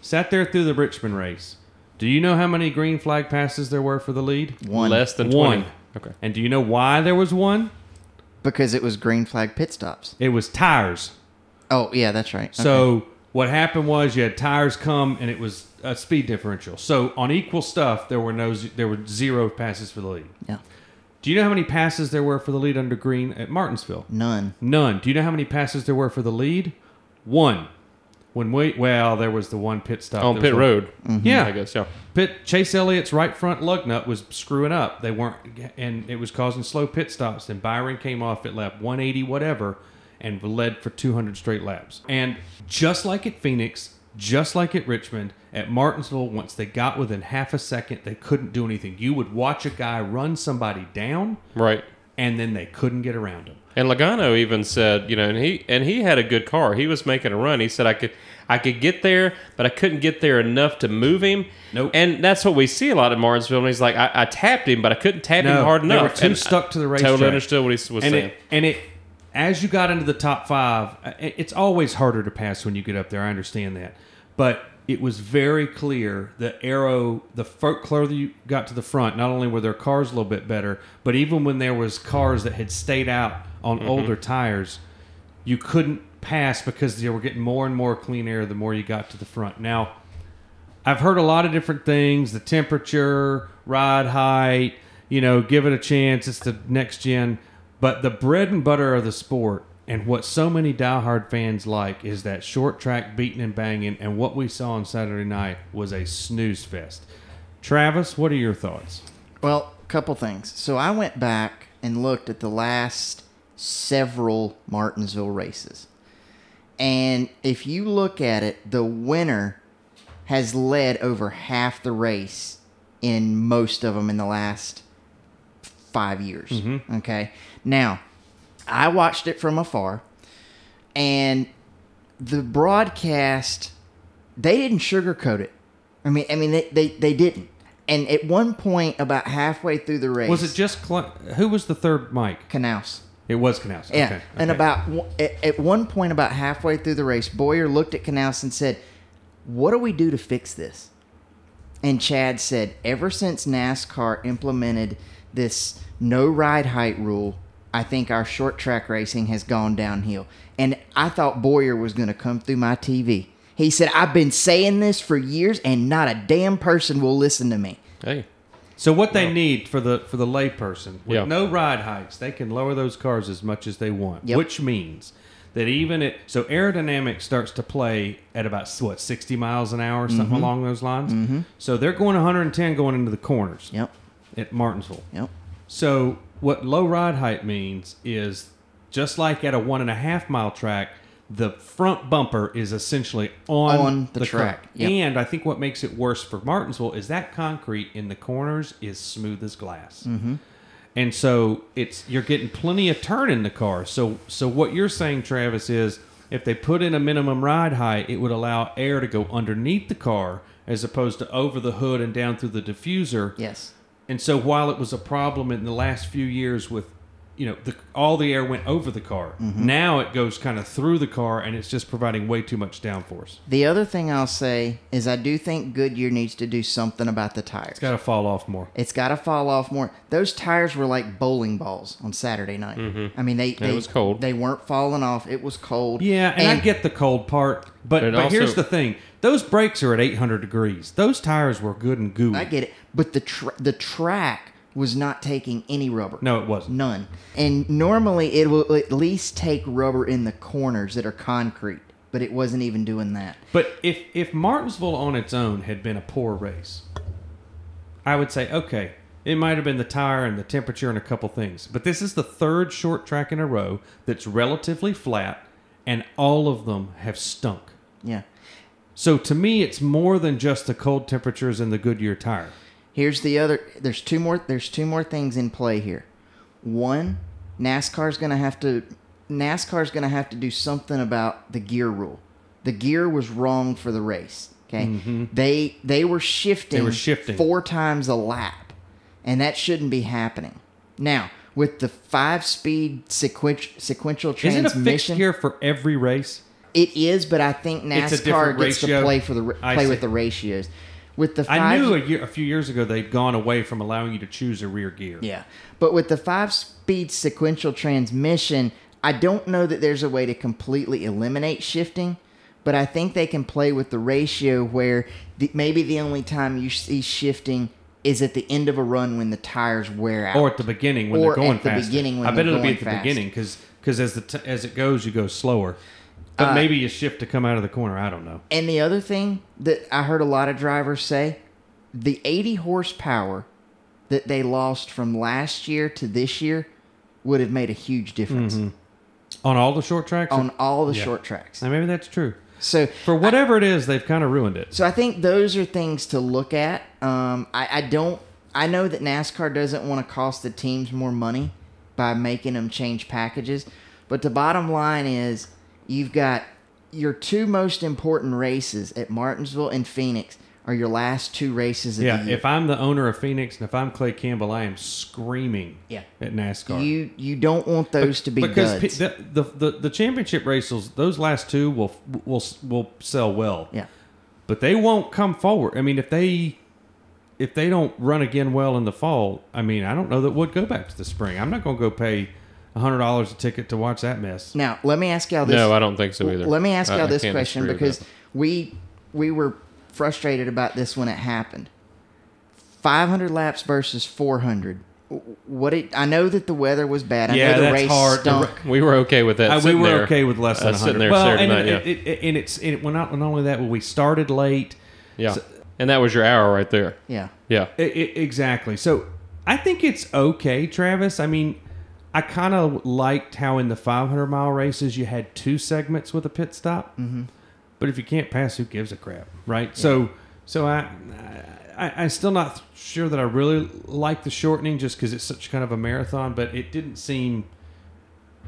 Speaker 3: Sat there through the Richmond race. Do you know how many green flag passes there were for the lead?
Speaker 2: One.
Speaker 4: less than
Speaker 3: One.
Speaker 4: 20. Okay.
Speaker 3: And do you know why there was one?
Speaker 2: because it was green flag pit stops.
Speaker 3: It was tires.
Speaker 2: Oh, yeah, that's right. Okay.
Speaker 3: So what happened was you had tires come and it was a speed differential. So on equal stuff, there were no there were zero passes for the lead.
Speaker 2: yeah,
Speaker 3: Do you know how many passes there were for the lead under green at Martinsville?
Speaker 2: none.
Speaker 3: None. Do you know how many passes there were for the lead? One. When we well, there was the one pit stop there
Speaker 4: on
Speaker 3: was
Speaker 4: Pit
Speaker 3: one-
Speaker 4: Road.
Speaker 3: Yeah,
Speaker 4: I guess. Yeah.
Speaker 3: Pit Chase Elliott's right front lug nut was screwing up. They weren't, and it was causing slow pit stops. And Byron came off at lap 180, whatever, and led for 200 straight laps. And just like at Phoenix, just like at Richmond, at Martinsville, once they got within half a second, they couldn't do anything. You would watch a guy run somebody down,
Speaker 4: Right.
Speaker 3: and then they couldn't get around him.
Speaker 4: And Logano even said, you know, and he and he had a good car. He was making a run. He said I could I could get there, but I couldn't get there enough to move him.
Speaker 3: Nope.
Speaker 4: And that's what we see a lot at Martinsville. And he's like, I, I tapped him, but I couldn't tap him hard
Speaker 3: they
Speaker 4: enough.
Speaker 3: were too
Speaker 4: And
Speaker 3: stuck to the
Speaker 4: I
Speaker 3: racetrack.
Speaker 4: Totally understood what he was
Speaker 3: and
Speaker 4: saying.
Speaker 3: it, and it as you got into the top five uh, it- it's always harder to pass when you get up there i understand that but it was very clear the arrow the fir- closer you got to the front not only were their cars a little bit better but even when there was cars that had stayed out on
Speaker 4: Mm-hmm.
Speaker 3: older tires you couldn't pass because you were getting more and more clean air the more you got to the front now I've heard a lot of different things: the temperature, ride height. You know, give it a chance. It's the next gen. But the bread and butter of the sport, and what so many diehard fans like, is that short track beating and banging. And what we saw on Saturday night was a snooze fest. Travis, what are your thoughts?
Speaker 2: Well, a couple things. So I went back and looked at the last several Martinsville races. And if you look at it, the winner has led over half the race in most of them in the last five years.
Speaker 3: Mm-hmm.
Speaker 2: Okay. Now, I watched it from afar, and the broadcast they didn't sugarcoat it. I mean, I mean they, they, they didn't. And at one point, about halfway through the race,
Speaker 3: Was it just Cl- who was the third mic?
Speaker 2: Knaus?
Speaker 3: It was Knaus.
Speaker 2: Yeah.
Speaker 3: Okay,
Speaker 2: And
Speaker 3: okay.
Speaker 2: about one- at, at one point, about halfway through the race, Boyer looked at Knaus and said, "What do we do to fix this?" And Chad said, "Ever since NASCAR implemented this no ride height rule, I think our short track racing has gone downhill." And I thought Boyer was going to come through my TV. He said, "I've been saying this for years, and not a damn person will listen to me."
Speaker 4: hey.
Speaker 3: So what they need for the for the layperson with
Speaker 4: Yeah.
Speaker 3: no ride heights, they can lower those cars as much as they want,
Speaker 2: Yep.
Speaker 3: which means that even it so aerodynamics starts to play at about what 60 miles an hour, something
Speaker 2: Mm-hmm.
Speaker 3: along those lines. So they're going 110 going into the corners
Speaker 2: Yep.
Speaker 3: at Martinsville.
Speaker 2: Yep.
Speaker 3: So what low ride height means is just like at a one and a half mile track, the front bumper is essentially on,
Speaker 2: On the
Speaker 3: cur-
Speaker 2: track, yep.
Speaker 3: And I think what makes it worse for Martinsville is that concrete in the corners is smooth as glass.
Speaker 2: Mm-hmm.
Speaker 3: And so it's you're getting plenty of turn in the car. So so what you're saying, Travis, is if they put in a minimum ride height, it would allow air to go underneath the car as opposed to over the hood and down through the diffuser.
Speaker 2: Yes.
Speaker 3: And so while it was a problem in the last few years with, you know, the, all the air went over the car.
Speaker 2: Mm-hmm.
Speaker 3: Now it goes kind of through the car, and it's just providing way too much downforce.
Speaker 2: The other thing I'll say is I do think Goodyear needs to do something about the tires.
Speaker 3: It's got to fall off more.
Speaker 2: It's got to fall off more. Those tires were like bowling balls on Saturday night.
Speaker 3: Mm-hmm.
Speaker 2: I mean, they, they
Speaker 4: was cold.
Speaker 2: They weren't falling off. It was cold.
Speaker 3: Yeah, and, I get the cold part, but,
Speaker 4: But it
Speaker 3: but here's
Speaker 4: also-
Speaker 3: the thing: those brakes are at 800 degrees. Those tires were good and gooey.
Speaker 2: I get it. But the tra- the track was not taking any rubber.
Speaker 3: No, it wasn't.
Speaker 2: none. And normally it will at least take rubber in the corners that are concrete, but it wasn't even doing that.
Speaker 3: But if if Martinsville on its own had been a poor race, I would say okay, it might have been the tire and the temperature and a couple things. But this is the third short track in a row that's relatively flat, and all of them have stunk.
Speaker 2: Yeah.
Speaker 3: So to me, it's more than just the cold temperatures and the Goodyear tire.
Speaker 2: Here's the other. There's two more. There's two more things in play here. One, NASCAR's gonna have to. NASCAR's gonna have to do something about the gear rule. The gear was wrong for the race. Okay, they they were shifting.
Speaker 3: Mm-hmm. They were shifting.
Speaker 2: four times a lap, and that shouldn't be happening. Now with the five-speed sequential sequential
Speaker 3: Is it a
Speaker 2: transmission,
Speaker 3: fixed gear for every race?
Speaker 2: it is, but I think
Speaker 3: It's a
Speaker 2: NASCAR
Speaker 3: different
Speaker 2: gets to
Speaker 3: ratio.
Speaker 2: play for the
Speaker 3: I
Speaker 2: ra- play
Speaker 3: see.
Speaker 2: with the ratios. With the five,
Speaker 3: I knew a, year, a few years ago they'd gone away from allowing you to choose a rear gear.
Speaker 2: Yeah. But with the five speed sequential transmission, I don't know that there's a way to completely eliminate shifting, but I think they can play with the ratio where the, maybe the only time you see shifting is at the end of a run when the tires wear out.
Speaker 3: or at the beginning when
Speaker 2: Or
Speaker 3: they're going
Speaker 2: at the
Speaker 3: faster.
Speaker 2: beginning when
Speaker 3: I bet
Speaker 2: they're
Speaker 3: it'll be
Speaker 2: going
Speaker 3: at the
Speaker 2: fast.
Speaker 3: beginning because as the t- as it goes, you go slower. But
Speaker 2: Uh,
Speaker 3: maybe a shift to come out of the corner. I don't know.
Speaker 2: And the other thing that I heard a lot of drivers say the 80 horsepower that they lost from last year to this year would have made a huge difference
Speaker 3: On all the short tracks?
Speaker 2: on all the
Speaker 3: Mm-hmm. Yeah.
Speaker 2: short tracks.
Speaker 3: Now, maybe that's true.
Speaker 2: So
Speaker 3: For whatever it is, they've kind of ruined it.
Speaker 2: So I think those are things to look at. Um, I, I don't. I know that NASCAR doesn't want to cost the teams more money by making them change packages, but the bottom line is you've got your two most important races at Martinsville and Phoenix are your last two races of
Speaker 3: Yeah,
Speaker 2: the year.
Speaker 3: if I'm the owner of Phoenix and if I'm Clay Campbell, I am screaming
Speaker 2: Yeah.
Speaker 3: at NASCAR.
Speaker 2: you you don't want those to be
Speaker 3: because
Speaker 2: duds.
Speaker 3: pe- the, the, the the championship races, those last two will will will sell well.
Speaker 2: yeah.
Speaker 3: but they won't come forward. I mean, if they if they don't run again well in the fall, I mean, I don't know that would go back to the spring. I'm not going to go pay hundred dollars a ticket to watch that mess.
Speaker 2: Now let me ask y'all this.
Speaker 4: No, I don't think so either.
Speaker 2: Let me ask
Speaker 4: I-
Speaker 2: y'all
Speaker 4: I
Speaker 2: this
Speaker 4: can't
Speaker 2: question
Speaker 4: disagree
Speaker 2: because
Speaker 4: with that.
Speaker 2: we we were frustrated about this when it happened. 500 laps versus 400. W- What it, I know that the weather was bad. I
Speaker 3: Yeah,
Speaker 2: know the
Speaker 3: that's
Speaker 2: race
Speaker 3: hard. The
Speaker 2: stunk.
Speaker 4: we were okay with that.
Speaker 3: Uh, we
Speaker 4: sitting
Speaker 3: were
Speaker 4: there,
Speaker 3: okay with less than
Speaker 4: uh,
Speaker 3: 100.
Speaker 4: sitting there
Speaker 3: well,
Speaker 4: Saturday
Speaker 3: and,
Speaker 4: night.
Speaker 3: it,
Speaker 4: yeah,
Speaker 3: it, it, and it's and it, well, not, not only that, but we started late.
Speaker 4: yeah. and that was your hour right there.
Speaker 2: yeah.
Speaker 4: Yeah,
Speaker 3: I- I- exactly. So I think it's okay, Travis. I mean, I kind of liked how in the 500 mile races you had two segments with a pit stop. Mm-hmm. But if you can't pass, who gives a crap, right? So, so I, I, I'm still not sure that I really like the shortening, just because it's such kind of a marathon. But it didn't seem.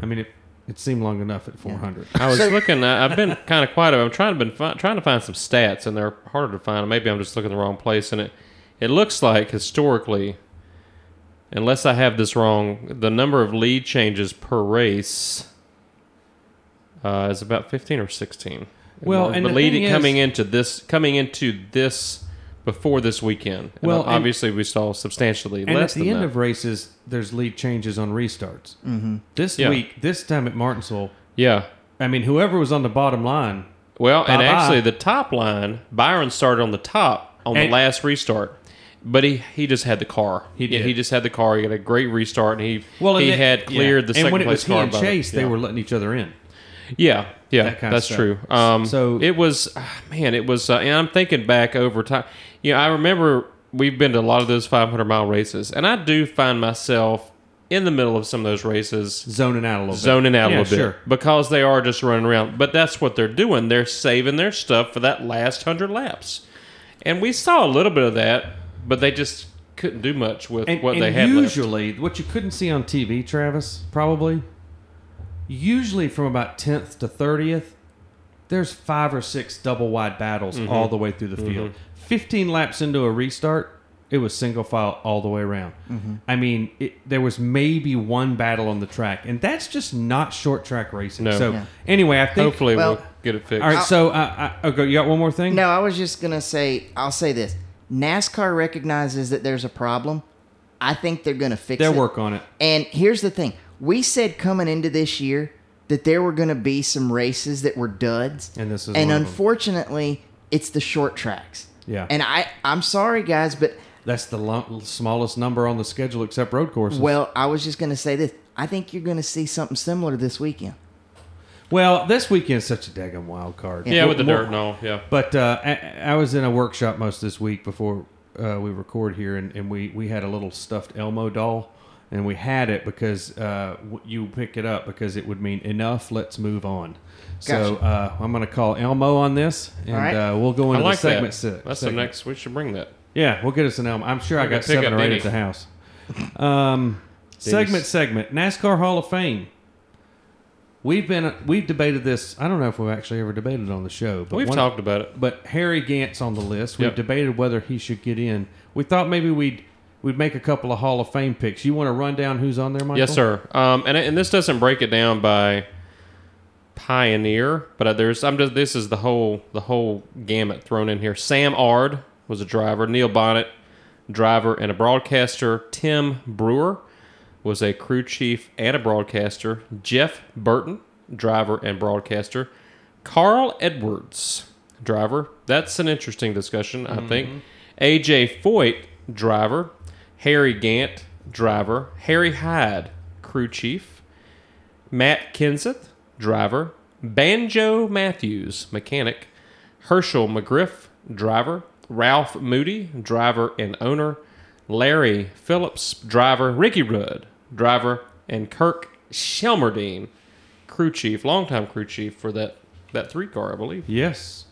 Speaker 3: I mean, it it seemed long enough at 400.
Speaker 4: I was looking. I, I've been kind of quiet. I'm trying to been fi- trying to find some stats, and they're harder to find. Maybe I'm just looking the wrong place. And it it looks like historically, unless I have this wrong, the number of lead changes per race uh, is about 15 or 16.
Speaker 3: Well,
Speaker 4: but
Speaker 3: and the
Speaker 4: leading
Speaker 3: thing is-
Speaker 4: coming into this coming into this before this weekend. And
Speaker 3: Well, and-
Speaker 4: obviously we saw substantially
Speaker 3: And at
Speaker 4: less
Speaker 3: the
Speaker 4: than
Speaker 3: end
Speaker 4: that.
Speaker 3: of races, there's lead changes on restarts. Mm-hmm. This
Speaker 4: Yeah.
Speaker 3: week, this time at Martinsville,
Speaker 4: yeah.
Speaker 3: I mean, whoever was on the bottom line,
Speaker 4: Well, and
Speaker 3: Bye-bye.
Speaker 4: actually, the top line, Byron started on the top on
Speaker 3: And-
Speaker 4: the last restart, but he, he just had the car. He
Speaker 3: did.
Speaker 4: He just had the car. He had a great restart, and he
Speaker 3: well,
Speaker 4: he
Speaker 3: and that-
Speaker 4: had cleared
Speaker 3: yeah.
Speaker 4: the
Speaker 3: and
Speaker 4: second
Speaker 3: when it
Speaker 4: place
Speaker 3: was
Speaker 4: car.
Speaker 3: he and
Speaker 4: by the-
Speaker 3: Chase, they
Speaker 4: yeah.
Speaker 3: were letting each other in.
Speaker 4: yeah, yeah,
Speaker 3: that kind of
Speaker 4: that's
Speaker 3: stuff.
Speaker 4: true. Um,
Speaker 3: So-
Speaker 4: so it was, ah, man, it was. Uh, and I'm thinking back over time. You know, I remember we've been to a lot of those 500 mile races, and I do find myself in the middle of some of those races
Speaker 3: Zoning out a little,
Speaker 4: zoning
Speaker 3: bit.
Speaker 4: out
Speaker 3: Yeah,
Speaker 4: a little bit
Speaker 3: sure.
Speaker 4: because they are just running around. But that's what they're doing. They're saving their stuff for that last hundred laps, and we saw a little bit of that, but they just couldn't do much with
Speaker 3: And,
Speaker 4: what they
Speaker 3: and
Speaker 4: had. left.
Speaker 3: usually, what you couldn't see on TV, Travis, probably, usually from about tenth to thirtieth, there's five or six double wide battles
Speaker 4: Mm-hmm.
Speaker 3: all the way through the field. Fifteen laps into a restart, it was single file all the way around. I mean, it, there was maybe one battle on the track, and that's just not short track racing.
Speaker 4: No.
Speaker 3: So
Speaker 2: Yeah.
Speaker 3: anyway, I think.
Speaker 4: Hopefully,
Speaker 2: Well-
Speaker 4: we'll get it fixed.
Speaker 3: All right, so uh, I, okay, you got one more thing?
Speaker 2: No, I was just going to say, I'll say this. NASCAR recognizes that there's a problem. I think they're going to fix
Speaker 3: They'll
Speaker 2: it.
Speaker 3: work on it.
Speaker 2: And here's the thing we said coming into this year that there were going to be some races that were duds.
Speaker 3: And this is
Speaker 2: And
Speaker 3: one of them.
Speaker 2: unfortunately, it's the short tracks.
Speaker 3: Yeah.
Speaker 2: And I, I'm sorry, guys, but
Speaker 3: That's the lump, smallest number on the schedule except road courses.
Speaker 2: well, I was just going to say this. I think you're going to see something similar this weekend.
Speaker 3: Well, this weekend's such a daggum wild card.
Speaker 4: yeah, with the
Speaker 3: More-
Speaker 4: dirt and all. Yeah.
Speaker 3: But uh, I, I was in a workshop most this week before uh, we record here, and, and we, we had a little stuffed Elmo doll, and we had it because uh, w- you pick it up because it would mean enough, let's move on. So
Speaker 2: Gotcha.
Speaker 3: uh, I'm going to call Elmo on this, and
Speaker 2: All right.
Speaker 3: uh, we'll go
Speaker 4: I
Speaker 3: into
Speaker 4: like
Speaker 3: the segment
Speaker 4: that.
Speaker 3: six.
Speaker 4: That's the next. We should bring that.
Speaker 3: Yeah, we'll get us an Elmo. I'm sure I
Speaker 4: We're gonna
Speaker 3: got
Speaker 4: pick
Speaker 3: seven
Speaker 4: up
Speaker 3: or eight
Speaker 4: any.
Speaker 3: at the house. Um, segment, segment. NASCAR Hall of Fame. We've been we've debated this. I don't know if we've actually ever debated on the show, but
Speaker 4: We've
Speaker 3: one-
Speaker 4: talked about it.
Speaker 3: But Harry Gant's on the list. We've
Speaker 4: Yep.
Speaker 3: debated whether he should get in. We thought maybe we'd we'd make a couple of Hall of Fame picks. You want to run down who's on there, Michael?
Speaker 4: Yes, sir. Um, and and this doesn't break it down by pioneer, but uh, there's I'm just this is the whole the whole gamut thrown in here. Sam Ard was a driver. Neil Bonnet, driver and a broadcaster. Tim Brewer was a crew chief and a broadcaster. Jeff Burton, driver and broadcaster. Carl Edwards, driver. That's an interesting discussion, I think. AJ Foyt, driver. Harry Gant, driver. Harry Hyde, crew chief. Matt Kenseth, driver. Banjo Matthews, mechanic, Herschel McGriff, driver, Ralph Moody, driver and owner, Larry Phillips, driver, Ricky Rudd, driver, and Kirk Shelmerdine, crew chief, longtime crew chief for that, that three car, I believe.
Speaker 3: Yes.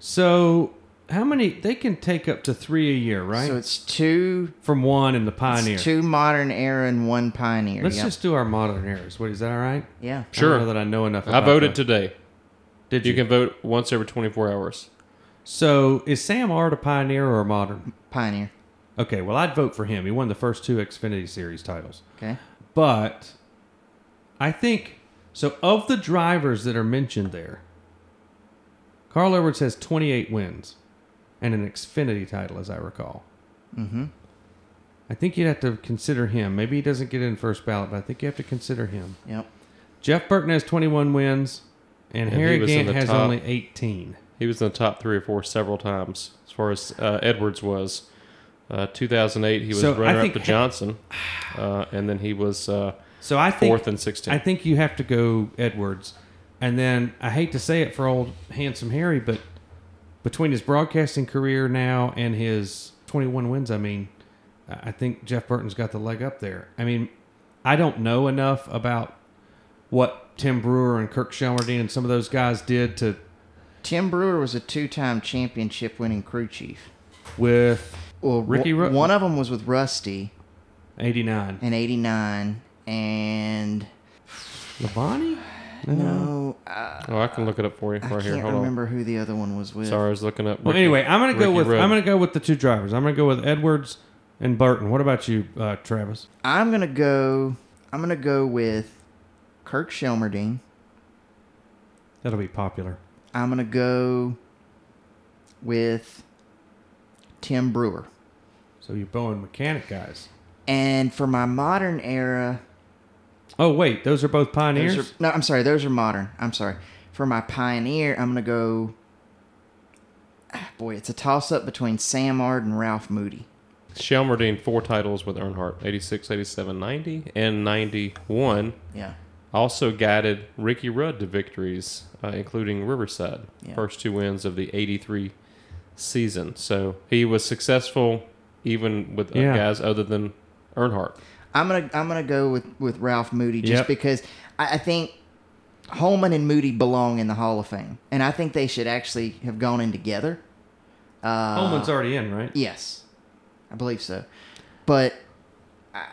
Speaker 3: So how many? They can take up to three a year, right?
Speaker 2: So it's two,
Speaker 3: From one in the
Speaker 2: it's
Speaker 3: Pioneer.
Speaker 2: two modern era and one pioneer.
Speaker 3: Let's
Speaker 2: yeah.
Speaker 3: just do our modern eras. What is that? All right.
Speaker 2: yeah.
Speaker 3: I don't
Speaker 4: Sure.
Speaker 3: know that I know enough.
Speaker 4: I
Speaker 3: about
Speaker 4: voted
Speaker 3: that.
Speaker 4: today.
Speaker 3: Did
Speaker 4: You can vote once every 24 hours.
Speaker 3: So is Sam Art a pioneer or a modern?
Speaker 2: Pioneer.
Speaker 3: Okay. Well, I'd vote for him. He won the first two Xfinity Series titles.
Speaker 2: Okay.
Speaker 3: But I think so. Of the drivers that are mentioned there, Carl Edwards has 28 wins and an Xfinity title, as I recall.
Speaker 2: Mm-hmm.
Speaker 3: I think you'd have to consider him. Maybe he doesn't get in first ballot, but I think you have to consider him.
Speaker 2: Yep.
Speaker 3: Jeff Burton has 21 wins, and,
Speaker 4: And he
Speaker 3: Harry
Speaker 4: was in
Speaker 3: Gant
Speaker 4: the
Speaker 3: has
Speaker 4: top.
Speaker 3: only 18.
Speaker 4: He was in the top three or four several times as far as uh, Edwards was. Uh, 2008, he was
Speaker 3: So, I
Speaker 4: runner up
Speaker 3: think-
Speaker 4: to Johnson, uh, and then he was uh,
Speaker 3: So I think
Speaker 4: fourth and 16th.
Speaker 3: I think you have to go Edwards, and then I hate to say it for old handsome Harry, but between his broadcasting career now and his 21 wins, I mean, I I think Jeff Burton's got the leg up there. I mean, I don't know enough about what Tim Brewer and Kirk Shelmerdine and some of those guys did to
Speaker 2: Tim Brewer was a two-time championship-winning crew chief.
Speaker 3: with
Speaker 2: Well,
Speaker 3: Ricky
Speaker 2: one,
Speaker 3: Ru-
Speaker 2: one of them was with Rusty
Speaker 3: 89.
Speaker 4: Mm.
Speaker 2: in '89, and
Speaker 3: Labonte?
Speaker 2: no, uh,
Speaker 4: oh, I can look it up for you
Speaker 2: I
Speaker 4: right Mm-hmm. here.
Speaker 2: can't
Speaker 4: Hold
Speaker 2: remember who the other one was with.
Speaker 4: on. Sorry, I was looking up.
Speaker 3: Well,
Speaker 4: Ricky-
Speaker 3: anyway, I'm gonna go
Speaker 4: Ricky
Speaker 3: with
Speaker 4: Rudd.
Speaker 3: I'm gonna go with the two drivers. I'm gonna go with Edwards and Burton. What about you, uh, Travis?
Speaker 2: I'm gonna go. I'm gonna go with Kirk Shelmerdine.
Speaker 3: That'll be popular.
Speaker 2: I'm gonna go with Tim Brewer.
Speaker 3: So you Bowen mechanic guys.
Speaker 2: And for my modern era,
Speaker 3: Oh wait, those are both pioneers.
Speaker 2: those are, no, I'm sorry, those are modern. I'm sorry. For my pioneer, I'm gonna go. Ah, Boy, it's a toss-up between Sam Ard and Ralph Moody.
Speaker 4: Shelmerdine, four titles with Earnhardt 86, 87, 90, and 91.
Speaker 2: Yeah.
Speaker 4: Also guided Ricky Rudd to victories, uh, including Riverside,
Speaker 2: Yeah.
Speaker 4: first two wins of the 83 season. So he was successful even with uh,
Speaker 3: Yeah.
Speaker 4: guys other than Earnhardt.
Speaker 2: I'm gonna I'm gonna go with with Ralph Moody just
Speaker 3: Yep.
Speaker 2: because I, I think Holman and Moody belong in the Hall of Fame, and I think they should actually have gone in together. Uh,
Speaker 3: Holman's already in, right?
Speaker 2: yes, I believe so. But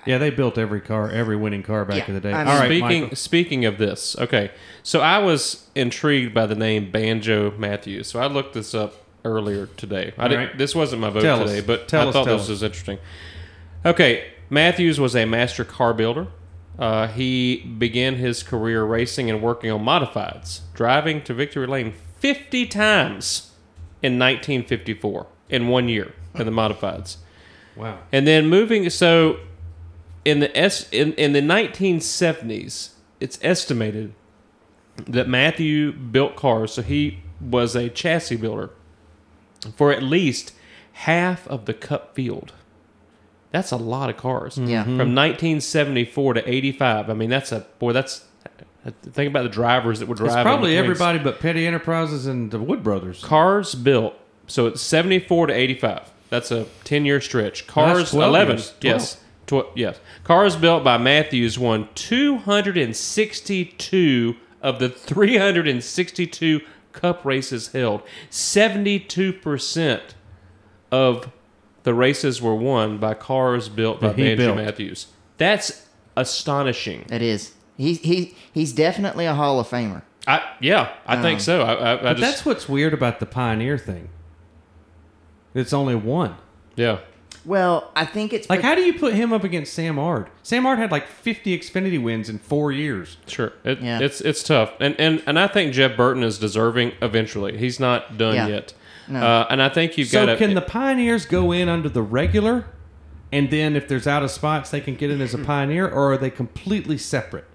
Speaker 3: Yeah, they built every car, every winning car back
Speaker 2: Yeah,
Speaker 3: in the day.
Speaker 2: I mean-
Speaker 3: All right,
Speaker 4: speaking
Speaker 3: Michael.
Speaker 4: speaking of this, okay, so I was intrigued by the name Banjo Matthews, so I looked this up earlier today. I
Speaker 3: All
Speaker 4: didn't,
Speaker 3: right.
Speaker 4: This wasn't my vote
Speaker 3: Tell us.
Speaker 4: today, but
Speaker 3: Tell
Speaker 4: I
Speaker 3: us,
Speaker 4: thought
Speaker 3: tell
Speaker 4: this
Speaker 3: us.
Speaker 4: was interesting. Okay, Matthews was a master car builder. Uh, he began his career racing and working on modifieds, driving to victory lane 50 times in 1954 in one year in the modifieds.
Speaker 3: Wow.
Speaker 4: And then moving so in the S in, in the nineteen seventies, it's estimated that Matthew built cars, so he was a chassis builder for at least half of the cup field. That's a lot of cars.
Speaker 2: Yeah.
Speaker 4: From nineteen seventy four to eighty five. I mean that's a boy, that's think about the drivers that were driving.
Speaker 3: It's probably
Speaker 4: between-
Speaker 3: everybody but Petty Enterprises and the Wood Brothers.
Speaker 4: Cars built. So it's 74 to 85. That's a 10 year stretch. Cars
Speaker 3: 12
Speaker 4: 11.
Speaker 3: years.
Speaker 4: Yes. Tw- yes. Cars built by Matthews won 262 of the 362 cup races held. 72% of the races were won by cars built by
Speaker 3: That he
Speaker 4: Banjo
Speaker 3: built.
Speaker 4: Matthews. That's astonishing.
Speaker 2: it is he he he's definitely a Hall of Famer.
Speaker 4: I, yeah, I think so. I, I, I
Speaker 3: But
Speaker 4: just,
Speaker 3: that's what's weird about the Pioneer thing. It's only one.
Speaker 4: yeah.
Speaker 2: Well, I think it's
Speaker 3: Like, how do you put him up against Sam Ard? Sam Ard had like 50 Xfinity wins in four years.
Speaker 4: Sure, it,
Speaker 2: Yeah.
Speaker 4: it's it's tough, and, and and I think Jeff Burton is deserving. Eventually, he's not done
Speaker 2: Yeah.
Speaker 4: yet,
Speaker 2: No.
Speaker 4: uh, and I think you've
Speaker 3: So,
Speaker 4: got.
Speaker 3: can the Pioneers go in under the regular, and then if there's out of spots, they can get in as a
Speaker 2: Hmm.
Speaker 3: Pioneer, or are they completely separate?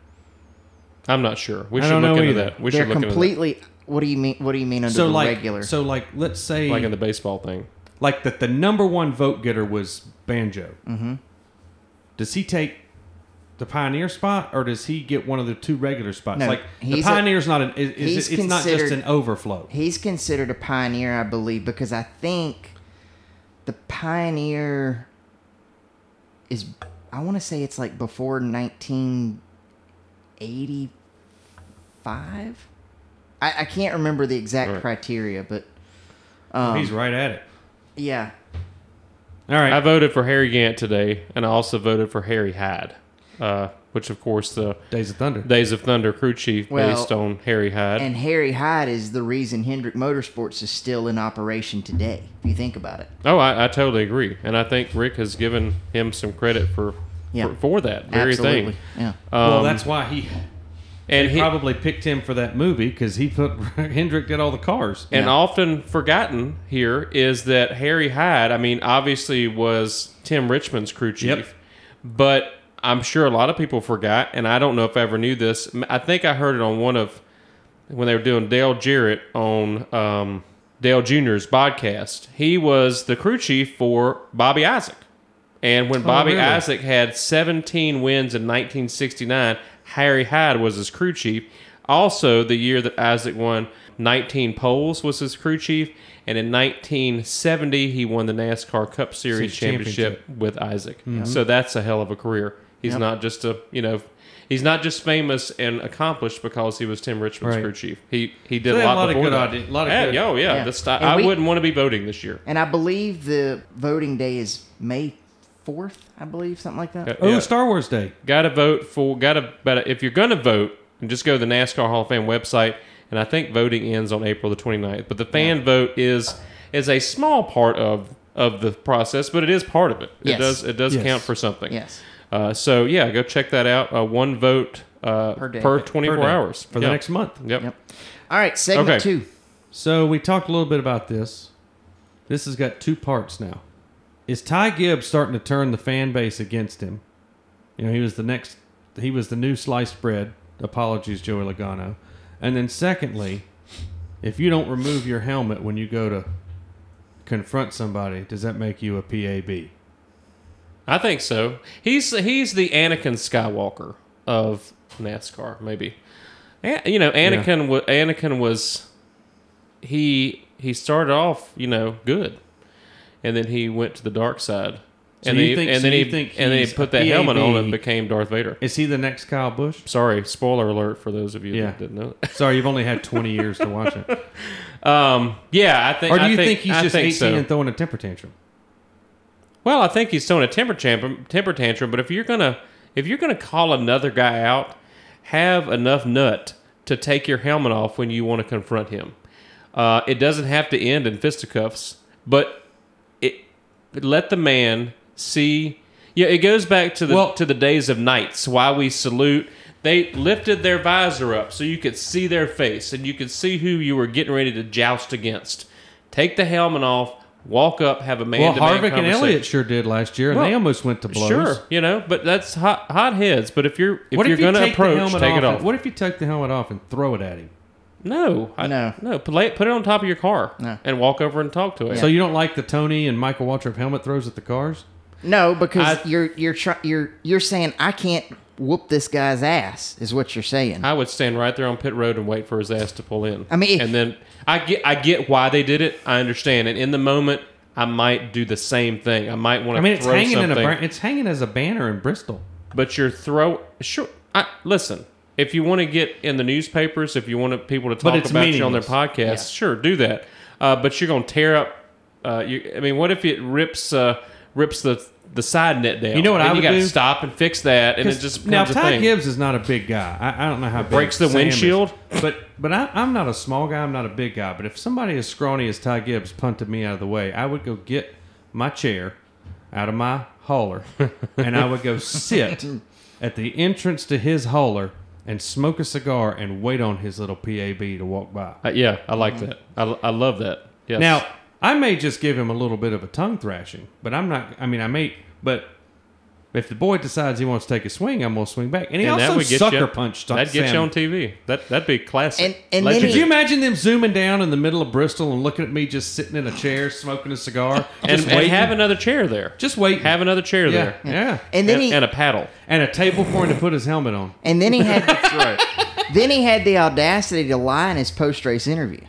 Speaker 4: I'm not sure. We
Speaker 3: I
Speaker 4: should
Speaker 3: don't
Speaker 4: look
Speaker 3: know
Speaker 4: into
Speaker 3: either.
Speaker 4: that. We
Speaker 2: they're
Speaker 4: should look into
Speaker 2: completely. What do you mean? What do you mean under
Speaker 3: so
Speaker 2: the
Speaker 3: like
Speaker 2: regular?
Speaker 3: so like let's say
Speaker 4: that. like in the baseball thing.
Speaker 3: like that the number one vote getter was banjo mm-hmm. does he take the pioneer spot, or does he get one of the two regular spots?
Speaker 2: No,
Speaker 3: like the
Speaker 2: he's a-
Speaker 3: pioneer's not an is, is
Speaker 2: he's
Speaker 3: it- it's not just
Speaker 2: considered-
Speaker 3: an overflow.
Speaker 2: He's considered a pioneer, I believe, because I think the pioneer is. I want to say it's like before 1985. I, I can't remember the exact
Speaker 4: Right.
Speaker 2: criteria, but Um,
Speaker 3: he's right at it.
Speaker 2: yeah,
Speaker 3: All right,
Speaker 4: I voted for Harry Gant today, and I also voted for Harry Hyde, uh, which of course the
Speaker 3: Days of Thunder.
Speaker 4: Days of Thunder crew chief
Speaker 2: Well,
Speaker 4: based on Harry Hyde.
Speaker 2: And Harry Hyde is the reason Hendrick Motorsports is still in operation today, if you think about it.
Speaker 4: oh, I, I totally agree, and I think Rick has given him some credit for
Speaker 2: Yeah.
Speaker 4: for, for that very
Speaker 2: Absolutely.
Speaker 4: thing. Um,
Speaker 2: Yeah.
Speaker 3: well, that's why he
Speaker 4: And he,
Speaker 3: probably picked him for that movie because he put Hendrick did all the cars.
Speaker 4: and
Speaker 2: Yeah.
Speaker 4: often forgotten here is that Harry Hyde, I mean, obviously was Tim Richmond's crew chief,
Speaker 3: Yep.
Speaker 4: but I'm sure a lot of people forgot, and I don't know if I ever knew this. M- I think I heard it on one of when they were doing Dale Jarrett on um, Dale Jr.'s podcast. He was the crew chief for Bobby Isaac. And when Bobby
Speaker 3: Oh, really?
Speaker 4: Isaac had 17 wins in 1969, Harry Hyde was his crew chief. Also, the year that Isaac won 19 poles was his crew chief. And in 1970, he won the NASCAR Cup Series
Speaker 3: His
Speaker 4: championship,
Speaker 3: championship.
Speaker 4: with Isaac. So that's a hell of a career. He's
Speaker 2: Yep.
Speaker 4: not just a, you know, he's not just famous and accomplished because he was Tim Richmond's
Speaker 3: Right.
Speaker 4: crew chief. He he did
Speaker 3: They
Speaker 4: a
Speaker 3: had
Speaker 4: lot,
Speaker 3: a lot of
Speaker 4: before
Speaker 3: good
Speaker 4: that.
Speaker 3: idea- a lot of
Speaker 4: yeah,
Speaker 3: good-
Speaker 4: yo, yeah.
Speaker 2: Yeah.
Speaker 4: That's, I,
Speaker 2: And
Speaker 4: I
Speaker 2: we-
Speaker 4: wouldn't want to be voting this year.
Speaker 2: And I believe the voting day is May 4th, I believe, something like that.
Speaker 3: Oh,
Speaker 4: Yeah.
Speaker 3: Star Wars Day.
Speaker 4: Got to vote for. Got to. But if you're going to vote, just go to the NASCAR Hall of Fame website, and I think voting ends on April the 29th. But the fan vote is is a small part of of the process, but it is part of it.
Speaker 2: Yes.
Speaker 4: It does it does
Speaker 3: Yes.
Speaker 4: count for something.
Speaker 2: Yes.
Speaker 4: Uh, so yeah, go check that out. Uh, one vote uh,
Speaker 2: Per
Speaker 4: per,
Speaker 2: day. Per
Speaker 4: 24
Speaker 3: day.
Speaker 4: hours
Speaker 3: for the
Speaker 4: Yeah.
Speaker 3: next month.
Speaker 4: Yep.
Speaker 2: Yep. All right, segment
Speaker 4: Okay.
Speaker 2: two.
Speaker 3: So we talked a little bit about this. This has got two parts now. Is Ty Gibbs starting to turn the fan base against him? You know, he was the next. He was the new sliced bread. Apologies, Joey Logano. And then secondly, if you don't remove your helmet when you go to confront somebody, does that make you a PAB?
Speaker 4: I think so. He's he's the Anakin Skywalker of NASCAR, maybe. A- you know, Anakin wa- Anakin was he he started off you know good, and then he went to the dark side.
Speaker 3: So
Speaker 4: and
Speaker 3: you
Speaker 4: then he-
Speaker 3: think-
Speaker 4: and
Speaker 3: so
Speaker 4: then
Speaker 3: you
Speaker 4: he
Speaker 3: think
Speaker 4: and then he
Speaker 3: he's
Speaker 4: put
Speaker 3: a
Speaker 4: that helmet on
Speaker 3: PAB?
Speaker 4: and became Darth Vader.
Speaker 3: Is he the next Kyle Bush?
Speaker 4: Sorry, spoiler alert for those of you
Speaker 3: Yeah.
Speaker 4: that didn't know. that.
Speaker 3: Sorry, you've only had 20 years to watch it.
Speaker 4: Um, yeah, I think.
Speaker 3: Or do
Speaker 4: I
Speaker 3: you think, he's
Speaker 4: I
Speaker 3: just 18
Speaker 4: so.
Speaker 3: and throwing a temper tantrum?
Speaker 4: Well, I think he's throwing a temper tantrum, temper tantrum. But if you're gonna if you're gonna call another guy out, have enough nut to take your helmet off when you want to confront him. Uh, it doesn't have to end in fisticuffs, but it let the man see. Yeah, it goes back to the
Speaker 3: Well-
Speaker 4: to the days of knights. Why we salute. They lifted their visor up so you could see their face and you could see who you were getting ready to joust against. Take the helmet off, walk up, have a man.
Speaker 3: Well,
Speaker 4: to man
Speaker 3: Harvick and Elliott sure did last year, and
Speaker 4: Well,
Speaker 3: they almost went to blows.
Speaker 4: Sure, you know, but that's hot hot heads. But if you're if
Speaker 3: what
Speaker 4: you're
Speaker 3: if you
Speaker 4: going to
Speaker 3: take the
Speaker 4: approach,
Speaker 3: helmet
Speaker 4: take
Speaker 3: off
Speaker 4: it off.
Speaker 3: And, what if you take the helmet off and throw it at him?
Speaker 4: no, I,
Speaker 2: No.
Speaker 4: no. Put it put it on top of your car
Speaker 2: No.
Speaker 4: and walk over and talk to it.
Speaker 3: So you don't like the Tony and Michael Waltrip helmet throws at the cars?
Speaker 2: No, because
Speaker 4: I-
Speaker 2: you're you're try, you're you're saying I can't whoop this guy's ass is what you're saying.
Speaker 4: I would stand right there on pit road and wait for his ass to pull in.
Speaker 2: I mean-
Speaker 4: and then I get I get why they did it. I understand, and in the moment, I might do the same thing. I might want to.
Speaker 3: I mean, it's
Speaker 4: throw
Speaker 3: hanging
Speaker 4: something.
Speaker 3: in a bra- it's hanging as a banner in Bristol.
Speaker 4: but you're throw sure. I, listen, if you want to get in the newspapers, if you want people to talk
Speaker 3: it's
Speaker 4: about you on their
Speaker 3: meaningless.
Speaker 4: podcast, sure, do that. Uh, but you're gonna tear up. Uh, you, I mean, what if it rips uh, rips the the side net down?
Speaker 3: You know what
Speaker 4: Then
Speaker 3: I
Speaker 4: you
Speaker 3: would
Speaker 4: gotta
Speaker 3: do?
Speaker 4: stop and fix that, and it just
Speaker 3: now
Speaker 4: becomes a
Speaker 3: Ty
Speaker 4: thing.
Speaker 3: Gibbs is not a big guy. I, I don't know how big
Speaker 4: Breaks the
Speaker 3: Sam is.
Speaker 4: windshield?
Speaker 3: but but I, I'm not a small guy. I'm not a big guy. But if somebody as scrawny as Ty Gibbs punted me out of the way, I would go get my chair out of my hauler, and I would go sit at the entrance to his hauler and smoke a cigar and wait on his little PAB to walk by.
Speaker 4: Uh, yeah, I like that. I, I love that. Yes.
Speaker 3: Now, I may just give him a little bit of a tongue thrashing, but I'm not. I mean, I may, but If the boy decides he wants to take a swing, I'm going to swing back. And he
Speaker 4: And
Speaker 3: also
Speaker 4: that would get
Speaker 3: sucker
Speaker 4: you,
Speaker 3: punched.
Speaker 4: That'd get
Speaker 3: Sam.
Speaker 4: you on TV. That that'd be classic.
Speaker 2: And- and
Speaker 4: Legend.
Speaker 2: then
Speaker 3: Could you imagine them zooming down in the middle of Bristol and looking at me just sitting in a chair smoking a cigar
Speaker 4: and,
Speaker 3: just
Speaker 4: and
Speaker 3: waiting?
Speaker 4: have another chair there.
Speaker 3: just waiting.
Speaker 4: Have another chair
Speaker 3: yeah,
Speaker 4: there.
Speaker 3: yeah,
Speaker 2: And then
Speaker 4: and,
Speaker 2: he
Speaker 4: and a paddle.
Speaker 3: and a table for him to put his helmet on.
Speaker 2: and then he had
Speaker 4: That's right.
Speaker 2: then he had the audacity to lie in his post race interview.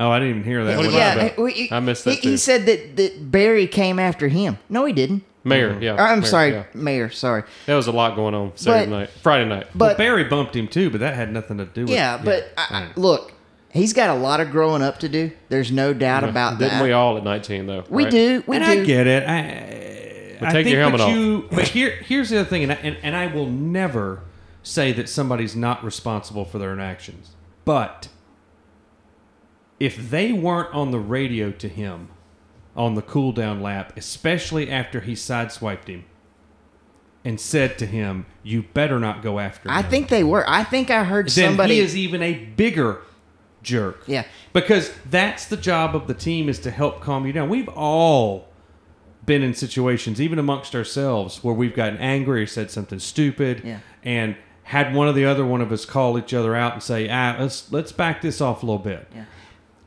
Speaker 3: Oh, I didn't even hear that.
Speaker 4: What
Speaker 3: one.
Speaker 4: about that?
Speaker 2: well, you-
Speaker 4: I missed that
Speaker 2: He, he
Speaker 4: too.
Speaker 2: said that, that Barry came after him. No, he didn't.
Speaker 3: Mm-hmm.
Speaker 4: Mayor, yeah.
Speaker 2: Or, I'm
Speaker 4: Oh, Mayor,
Speaker 2: sorry,
Speaker 4: yeah.
Speaker 2: Mayor. Sorry,
Speaker 4: That was a lot going on Saturday
Speaker 2: But-
Speaker 4: night, Friday night.
Speaker 3: Well,
Speaker 2: but
Speaker 3: Barry bumped him too, but that had nothing to do with.
Speaker 2: yeah, but I, I, look, he's got a lot of growing up to do. There's no doubt about
Speaker 4: Didn't
Speaker 2: that.
Speaker 4: we all at 19 though?
Speaker 2: uh, We
Speaker 4: right?
Speaker 2: do. We
Speaker 3: and
Speaker 2: do.
Speaker 3: I get it. I,
Speaker 4: But
Speaker 3: I
Speaker 4: take
Speaker 3: think
Speaker 4: your helmet
Speaker 3: that
Speaker 4: off.
Speaker 3: you, But here, here's the other thing, and I, and, and I will never say that somebody's not responsible for their actions. But if they weren't on the radio to him on the cool down lap, especially after he sideswiped him and said to him, "You better not go after."
Speaker 2: I
Speaker 3: him,"
Speaker 2: think they were. I think I heard
Speaker 3: then
Speaker 2: somebody.
Speaker 3: he is even a bigger jerk.
Speaker 2: Yeah.
Speaker 3: Because that's the job of the team is to help calm you down. We've all been in situations, even amongst ourselves, where we've gotten angry or said something stupid
Speaker 2: Yeah.
Speaker 3: and had one or the other one of us call each other out and say, ah, let's let's back this off a little bit.
Speaker 2: Yeah.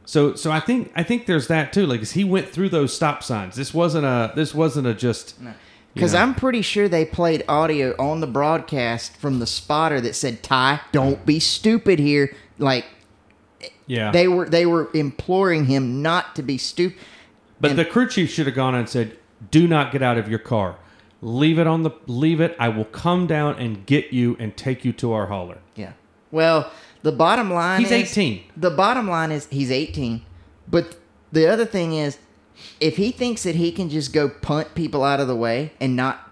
Speaker 3: So so I think I think there's that too. Like 'cause he went through those stop signs. This wasn't a this wasn't a just
Speaker 2: Because
Speaker 3: you know.
Speaker 2: I'm pretty sure they played audio on the broadcast from the spotter that said, "Ty, don't be stupid here." Like
Speaker 3: yeah.
Speaker 2: they were, they were imploring him not to be stupid.
Speaker 3: But
Speaker 2: And-
Speaker 3: the crew chief should have gone and said, "Do not get out of your car. Leave it on the leave it. I will come down and get you and take you to our hauler."
Speaker 2: Yeah. Well, the bottom line
Speaker 3: He's
Speaker 2: is
Speaker 3: 18.
Speaker 2: The bottom line is he's 18. But the other thing is if he thinks that he can just go punt people out of the way and not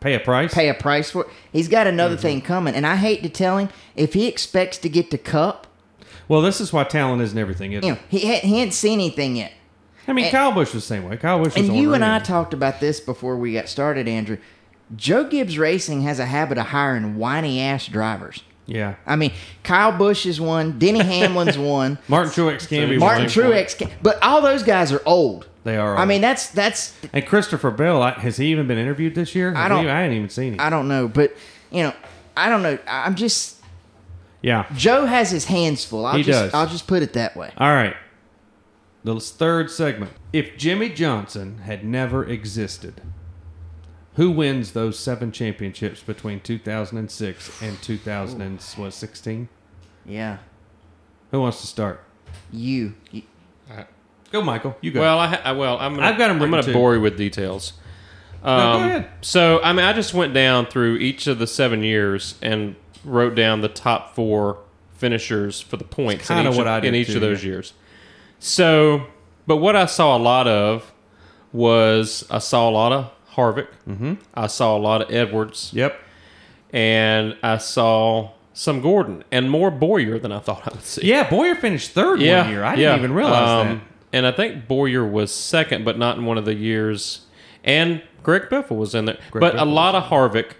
Speaker 3: Pay a price.
Speaker 2: pay a price for it, he's got
Speaker 3: Mm-hmm.
Speaker 2: another thing coming. And I hate to tell him if he expects to get to cup,
Speaker 3: Well, this is why talent isn't everything. Isn't
Speaker 2: you
Speaker 3: it?
Speaker 2: know, he, had, he hadn't seen anything yet.
Speaker 3: I mean,
Speaker 2: and-
Speaker 3: Kyle Bush was the same way. Kyle Bush was
Speaker 2: And
Speaker 3: on
Speaker 2: you and I
Speaker 3: radio.
Speaker 2: talked about this before we got started, Andrew. Joe Gibbs Racing has a habit of hiring whiny ass drivers.
Speaker 3: yeah.
Speaker 2: I mean, Kyle Bush is one, Denny Hamlin's one,
Speaker 3: Martin Truex can be
Speaker 2: Martin
Speaker 3: one.
Speaker 2: Truex, can, but all those guys are old.
Speaker 3: They are.
Speaker 2: I mean, that's that's
Speaker 3: and Christopher Bell I, has he even been interviewed this year? Has
Speaker 2: don't-
Speaker 3: he- I hadn't even seen him.
Speaker 2: I don't know, but you know, I don't know. I- I'm just
Speaker 3: yeah.
Speaker 2: Joe has his hands full. I'll
Speaker 3: He
Speaker 2: just
Speaker 3: does.
Speaker 2: I'll just put it that way.
Speaker 3: All right. The third segment. If Jimmy Johnson had never existed, who wins those seven championships between 2006 and 2016?
Speaker 2: Yeah,
Speaker 3: Who wants to start?
Speaker 2: you. you
Speaker 3: Go, Michael. You go.
Speaker 4: Well, I, ha- I well, I'm gonna,
Speaker 3: I've got 'em written,
Speaker 4: I'm going
Speaker 3: too.
Speaker 4: to bore you with details.
Speaker 3: go
Speaker 4: Um,
Speaker 3: ahead.
Speaker 4: So, I mean, I just went down through each of the seven years and wrote down the top four finishers for the points in
Speaker 3: kinda
Speaker 4: each,
Speaker 3: what
Speaker 4: of,
Speaker 3: I did
Speaker 4: in each
Speaker 3: too,
Speaker 4: of those years. So, but what I saw a lot of was I saw a lot of Harvick. Mm-hmm. I saw a lot of Edwards.
Speaker 3: yep.
Speaker 4: And I saw some Gordon and more Boyer than I thought I would see
Speaker 3: Yeah, Boyer finished third one year. I didn't
Speaker 4: yeah.
Speaker 3: even realize
Speaker 4: Um, And I think Boyer was second, but not in one of the years. And Greg Biffle was in there,
Speaker 3: Greg
Speaker 4: but a
Speaker 3: Biffle
Speaker 4: lot of Harvick,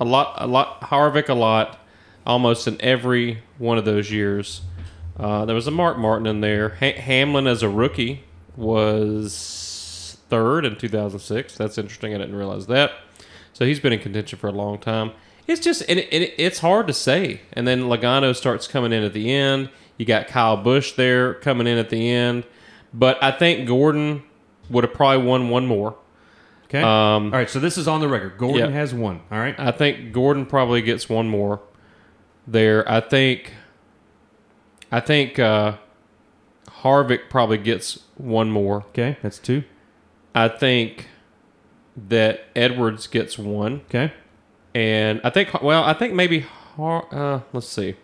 Speaker 4: a lot, a lot Harvick, a lot, almost in every one of those years. Uh, there was a Mark Martin in there. Ha- Hamlin as a rookie was third in 2006. That's interesting. I didn't realize that. So he's been in contention for a long time. It's just and it, it, it's hard to say. And then Logano starts coming in at the end. You got Kyle Bush there coming in at the end, but I think Gordon would have probably won one more.
Speaker 3: that. Okay. All right, so this is on the record. Gordon
Speaker 4: um, yeah. Uh,
Speaker 3: has one. All right.
Speaker 4: I think Gordon probably gets one more there. I think I think uh, Harvick probably gets one more.
Speaker 3: Okay, that's two.
Speaker 4: I think that Edwards gets one.
Speaker 3: Okay.
Speaker 4: And I think, well, I think maybe, Har- uh, let's see.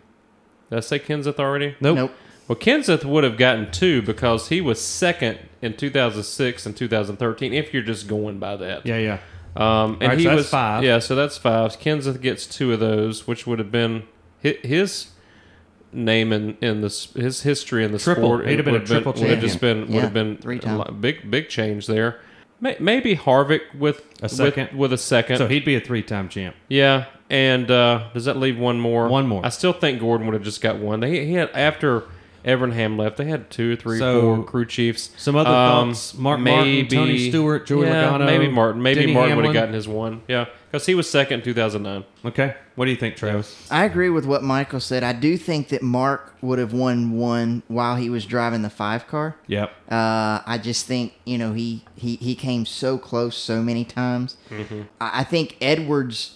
Speaker 4: Did I say Kenseth already?
Speaker 3: Nope.
Speaker 2: Nope.
Speaker 4: Well, Kenseth would have gotten two because he was second in 2006 and 2013, if you're just going by that.
Speaker 3: Yeah, yeah.
Speaker 4: Um, and
Speaker 3: All right,
Speaker 4: he
Speaker 3: so that's
Speaker 4: was
Speaker 3: five.
Speaker 4: Yeah, so that's five. Kenseth gets two of those, which would have been hi- his name in in this his history in the
Speaker 3: Triple.
Speaker 4: sport.
Speaker 3: He'd have been
Speaker 4: would
Speaker 3: a triple
Speaker 4: would have just been
Speaker 2: champion.
Speaker 4: would have
Speaker 2: Yeah,
Speaker 4: been
Speaker 2: three
Speaker 4: a
Speaker 2: time.
Speaker 4: lot- big big change there. May- Maybe Harvick with
Speaker 3: A second.
Speaker 4: with, with a second.
Speaker 3: So he'd be a three-time champ.
Speaker 4: Yeah, and uh, does that leave one more?
Speaker 3: One more.
Speaker 4: I still think Gordon would have just got one. They he had after Evernham left. They had two, three, four
Speaker 3: So,
Speaker 4: crew chiefs.
Speaker 3: some other
Speaker 4: Um,
Speaker 3: thoughts? Mark Martin, Tony Stewart, Joey
Speaker 4: yeah,
Speaker 3: Logano,
Speaker 4: Maybe Martin. Maybe
Speaker 3: Denny
Speaker 4: Martin would have
Speaker 3: Hamlin.
Speaker 4: gotten his one. Yeah, because he was second in 2009.
Speaker 3: Okay. What do you think, Travis?
Speaker 2: I agree with what Michael said. I do think that Mark would have won one while he was driving the five car.
Speaker 3: Yep.
Speaker 2: Uh, I just think you know he he he came so close so many times.
Speaker 3: Mm-hmm.
Speaker 2: I, I think Edwards,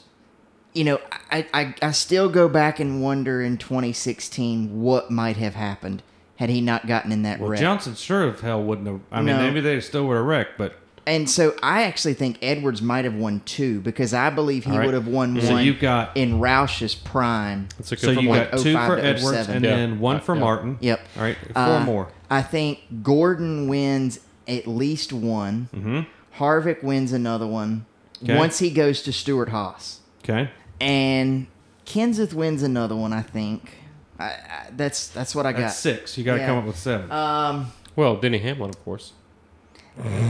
Speaker 2: you know, I, I I still go back and wonder in 2016 what might have happened had he not gotten in that
Speaker 3: Well,
Speaker 2: wreck.
Speaker 3: Johnson sure of hell wouldn't have. I mean,
Speaker 2: No.
Speaker 3: maybe they still would have wrecked, but
Speaker 2: And so I actually think Edwards might have won two because I believe he
Speaker 3: All right.
Speaker 2: would have won
Speaker 3: So
Speaker 2: one.
Speaker 3: you've got-
Speaker 2: in Roush's prime.
Speaker 4: That's a good
Speaker 3: so you
Speaker 2: like
Speaker 3: got two
Speaker 2: 05
Speaker 3: for
Speaker 2: to
Speaker 3: Edwards
Speaker 2: 07.
Speaker 3: and
Speaker 4: Yeah.
Speaker 3: then one for
Speaker 4: Yeah.
Speaker 3: Martin.
Speaker 2: Yep.
Speaker 3: All right. Four
Speaker 2: Uh,
Speaker 3: more.
Speaker 2: I think Gordon wins at least one. Harvick wins another one
Speaker 3: Okay.
Speaker 2: once he goes to Stuart Haas,
Speaker 3: Okay.
Speaker 2: and Kenseth wins another one. I think I, I, that's that's what I got.
Speaker 3: That's six. You got to
Speaker 2: Yeah.
Speaker 3: come up with seven.
Speaker 2: Um,
Speaker 4: Well, Denny Hamlin, of course.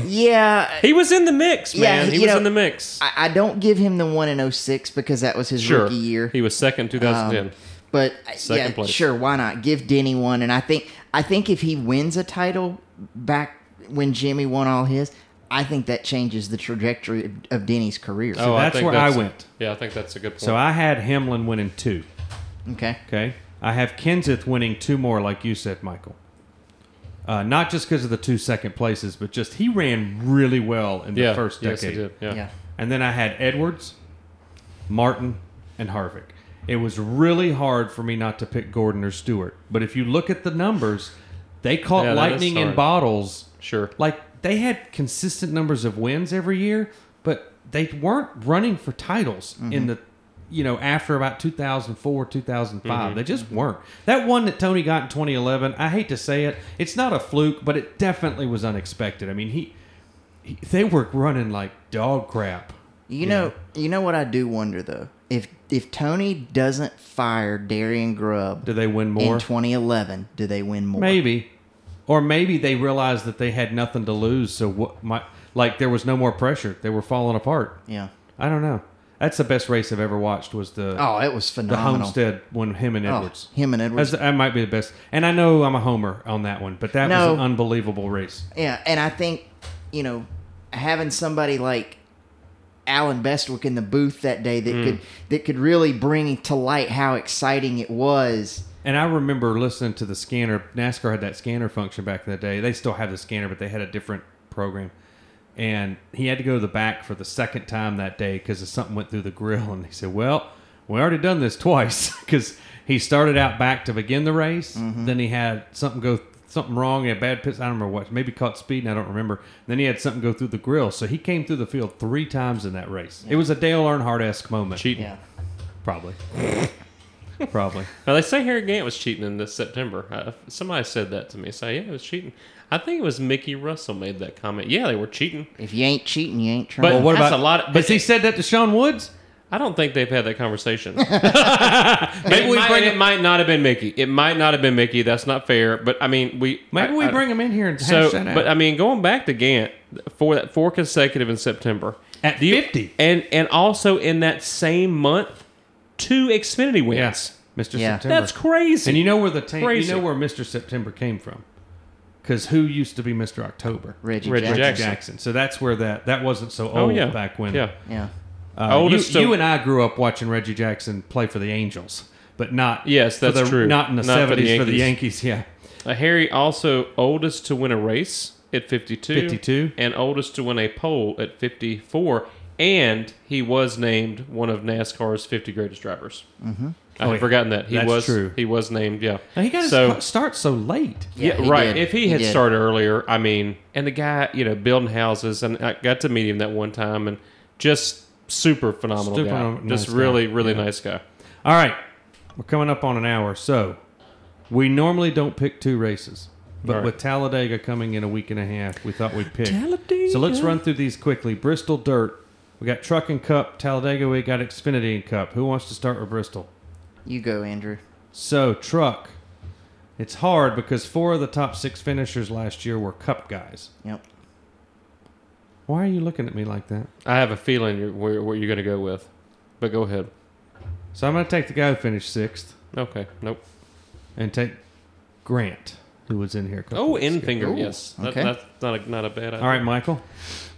Speaker 2: yeah,
Speaker 4: He was in the mix,
Speaker 2: Yeah,
Speaker 4: man.
Speaker 2: he-
Speaker 4: he
Speaker 2: you
Speaker 4: was
Speaker 2: know,
Speaker 4: in the mix.
Speaker 2: I, I don't give him the one in 06 because that was his
Speaker 4: sure.
Speaker 2: rookie year. Um,
Speaker 4: He was second in 2010.
Speaker 2: But
Speaker 4: Second
Speaker 2: yeah,
Speaker 4: place.
Speaker 2: sure, why not give Denny one? And I think I think if he wins a title back when Jimmy won all his, I think that changes the trajectory of, of Denny's career.
Speaker 4: oh,
Speaker 3: that's
Speaker 4: think
Speaker 3: where I went.
Speaker 4: Yeah, I think that's a good point.
Speaker 3: so I had Hamlin winning two.
Speaker 2: Okay,
Speaker 3: Okay. I have Kenseth winning two more, like you said, Michael. Uh, not just because of the two second places, but just he ran really well in the
Speaker 4: yeah,
Speaker 3: first
Speaker 4: yes, he
Speaker 3: decade.
Speaker 4: did.
Speaker 2: yeah.
Speaker 4: Yeah.
Speaker 3: And then I had Edwards, Martin, and Harvick. It was really hard for me not to pick Gordon or Stewart. But if you look at the numbers, they caught
Speaker 4: Yeah, that is
Speaker 3: lightning in
Speaker 4: hard.
Speaker 3: bottles.
Speaker 4: Sure.
Speaker 3: Like they had consistent numbers of wins every year, but they weren't running for titles in the you know after about 2004 2005 they just weren't that one that tony got in 2011 i hate to say it it's not a fluke but it definitely was unexpected i mean he they were running like dog crap.
Speaker 2: You know, you know what I do wonder though, if if Tony doesn't fire Darian Grubb
Speaker 3: Do they win more?
Speaker 2: in 2011, do they win more?
Speaker 3: maybe, or maybe they realized that they had nothing to lose. So what? My like there was no more pressure. They were falling apart.
Speaker 2: Yeah.
Speaker 3: I don't know. That's the best race I've ever watched. Was the
Speaker 2: Oh, it was
Speaker 3: the
Speaker 2: phenomenal.
Speaker 3: Homestead one? Him and
Speaker 2: Oh,
Speaker 3: Edwards.
Speaker 2: him and Edwards.
Speaker 3: That's- that might be the best. And I know I'm a homer on that one, but that
Speaker 2: No.
Speaker 3: was an unbelievable race.
Speaker 2: Yeah, and I think you know having somebody like Alan Bestwick in the booth that day
Speaker 3: Mm.
Speaker 2: that could that could really bring to light how exciting it was.
Speaker 3: And I remember listening to the scanner. NASCAR had that scanner function back in the day. They still have the scanner, but they had a different program. And he had to go to the back for the second time that day because something went through the grill. And he said, "Well, we already done this twice because he started out back to begin the race. Then he had something go something wrong. He had bad pits. I don't remember what. Maybe caught speed. and I don't remember. Then he had something go through the grill. So he came through the field three times in that race. It was a Dale Earnhardt esque moment,
Speaker 4: Cheating.
Speaker 2: Yeah.
Speaker 3: probably. probably.
Speaker 4: Now they say Harry Gant was cheating in this September. Uh, somebody said that to me. Say, yeah, it was cheating. I think it was Mickey Russell made that comment. Yeah, they were cheating.
Speaker 2: If you ain't cheating, you ain't trying.
Speaker 4: But
Speaker 3: Well, what
Speaker 4: that's
Speaker 3: about
Speaker 4: a lot?
Speaker 3: But
Speaker 4: but
Speaker 3: he said that to Sean Woods.
Speaker 4: I don't think they've had that conversation.
Speaker 3: Maybe
Speaker 4: maybe
Speaker 3: we
Speaker 4: might,
Speaker 3: bring
Speaker 4: it
Speaker 3: him-
Speaker 4: might not have been Mickey. It might not have been Mickey. That's not fair. But I mean, we
Speaker 3: Maybe
Speaker 4: I-
Speaker 3: we
Speaker 4: I-
Speaker 3: bring him in here and
Speaker 4: So,
Speaker 3: hash that out.
Speaker 4: but um, I mean, going back to Gant for that four consecutive in September
Speaker 3: At
Speaker 4: do you-
Speaker 3: 50.
Speaker 4: and and also in that same month, two Xfinity wins.
Speaker 3: yes, Mr.
Speaker 2: Yeah.
Speaker 3: September.
Speaker 4: That's crazy.
Speaker 3: and you know where the team, you
Speaker 4: crazy.
Speaker 3: know where Mr. September came from, because who used to be Mr. October?
Speaker 2: Reggie,
Speaker 4: Reggie
Speaker 2: Jackson.
Speaker 4: Jackson.
Speaker 3: So that's where that that wasn't so old
Speaker 4: oh yeah,
Speaker 3: back when.
Speaker 4: yeah.
Speaker 2: Yeah.
Speaker 3: Uh, you,
Speaker 4: Oldest of-
Speaker 3: you and I grew up watching Reggie Jackson play for the Angels, but not
Speaker 4: Yes,
Speaker 3: for
Speaker 4: that's
Speaker 3: the-
Speaker 4: true.
Speaker 3: Not in the
Speaker 4: Not for the
Speaker 3: seventies for, the Yankees. Yeah,
Speaker 4: Uh, Harry also oldest to win a race at 52.
Speaker 3: 52.
Speaker 4: And oldest to win a pole at 54. And he was named one of NASCAR's 50 greatest drivers. Mm-hmm. I
Speaker 3: Oh,
Speaker 4: had
Speaker 3: yeah.
Speaker 4: forgotten that. He
Speaker 3: That's
Speaker 4: was
Speaker 3: true.
Speaker 4: He was named, yeah.
Speaker 3: Now, he got his
Speaker 4: so,
Speaker 3: his start so late.
Speaker 4: yeah,
Speaker 2: he
Speaker 4: right.
Speaker 2: did.
Speaker 4: If he
Speaker 2: He
Speaker 4: had
Speaker 2: did.
Speaker 4: started earlier, I mean, and the guy, you know, building houses, and I got to meet him that one time, and just super phenomenal
Speaker 3: Super
Speaker 4: guy.
Speaker 3: nice
Speaker 4: just
Speaker 3: guy.
Speaker 4: really, really nice guy.
Speaker 3: All right, we're coming up on an hour, so we normally don't pick two races, but
Speaker 4: All right.
Speaker 3: with Talladega coming in a week and a half, we thought we'd pick. So let's run through these quickly. Bristol Dirt, we got Truck and Cup. Talladega, we got Xfinity and Cup. Who wants to start with Bristol?
Speaker 2: You go, Andrew.
Speaker 3: So Truck, it's hard because four of the top six finishers last year were Cup guys.
Speaker 2: Yep.
Speaker 3: Why are you looking at me like that?
Speaker 4: I have a feeling you're, where, where you're going to go with, but go ahead.
Speaker 3: So I'm going to take the guy who finished sixth
Speaker 4: Okay, nope.
Speaker 3: and take Grant, who was in here. a couple
Speaker 4: Oh,
Speaker 3: weeks
Speaker 4: in
Speaker 3: ago.
Speaker 4: finger.
Speaker 2: Ooh,
Speaker 4: yes, That-
Speaker 2: okay.
Speaker 4: that's not a, not a bad idea.
Speaker 3: All right, Michael.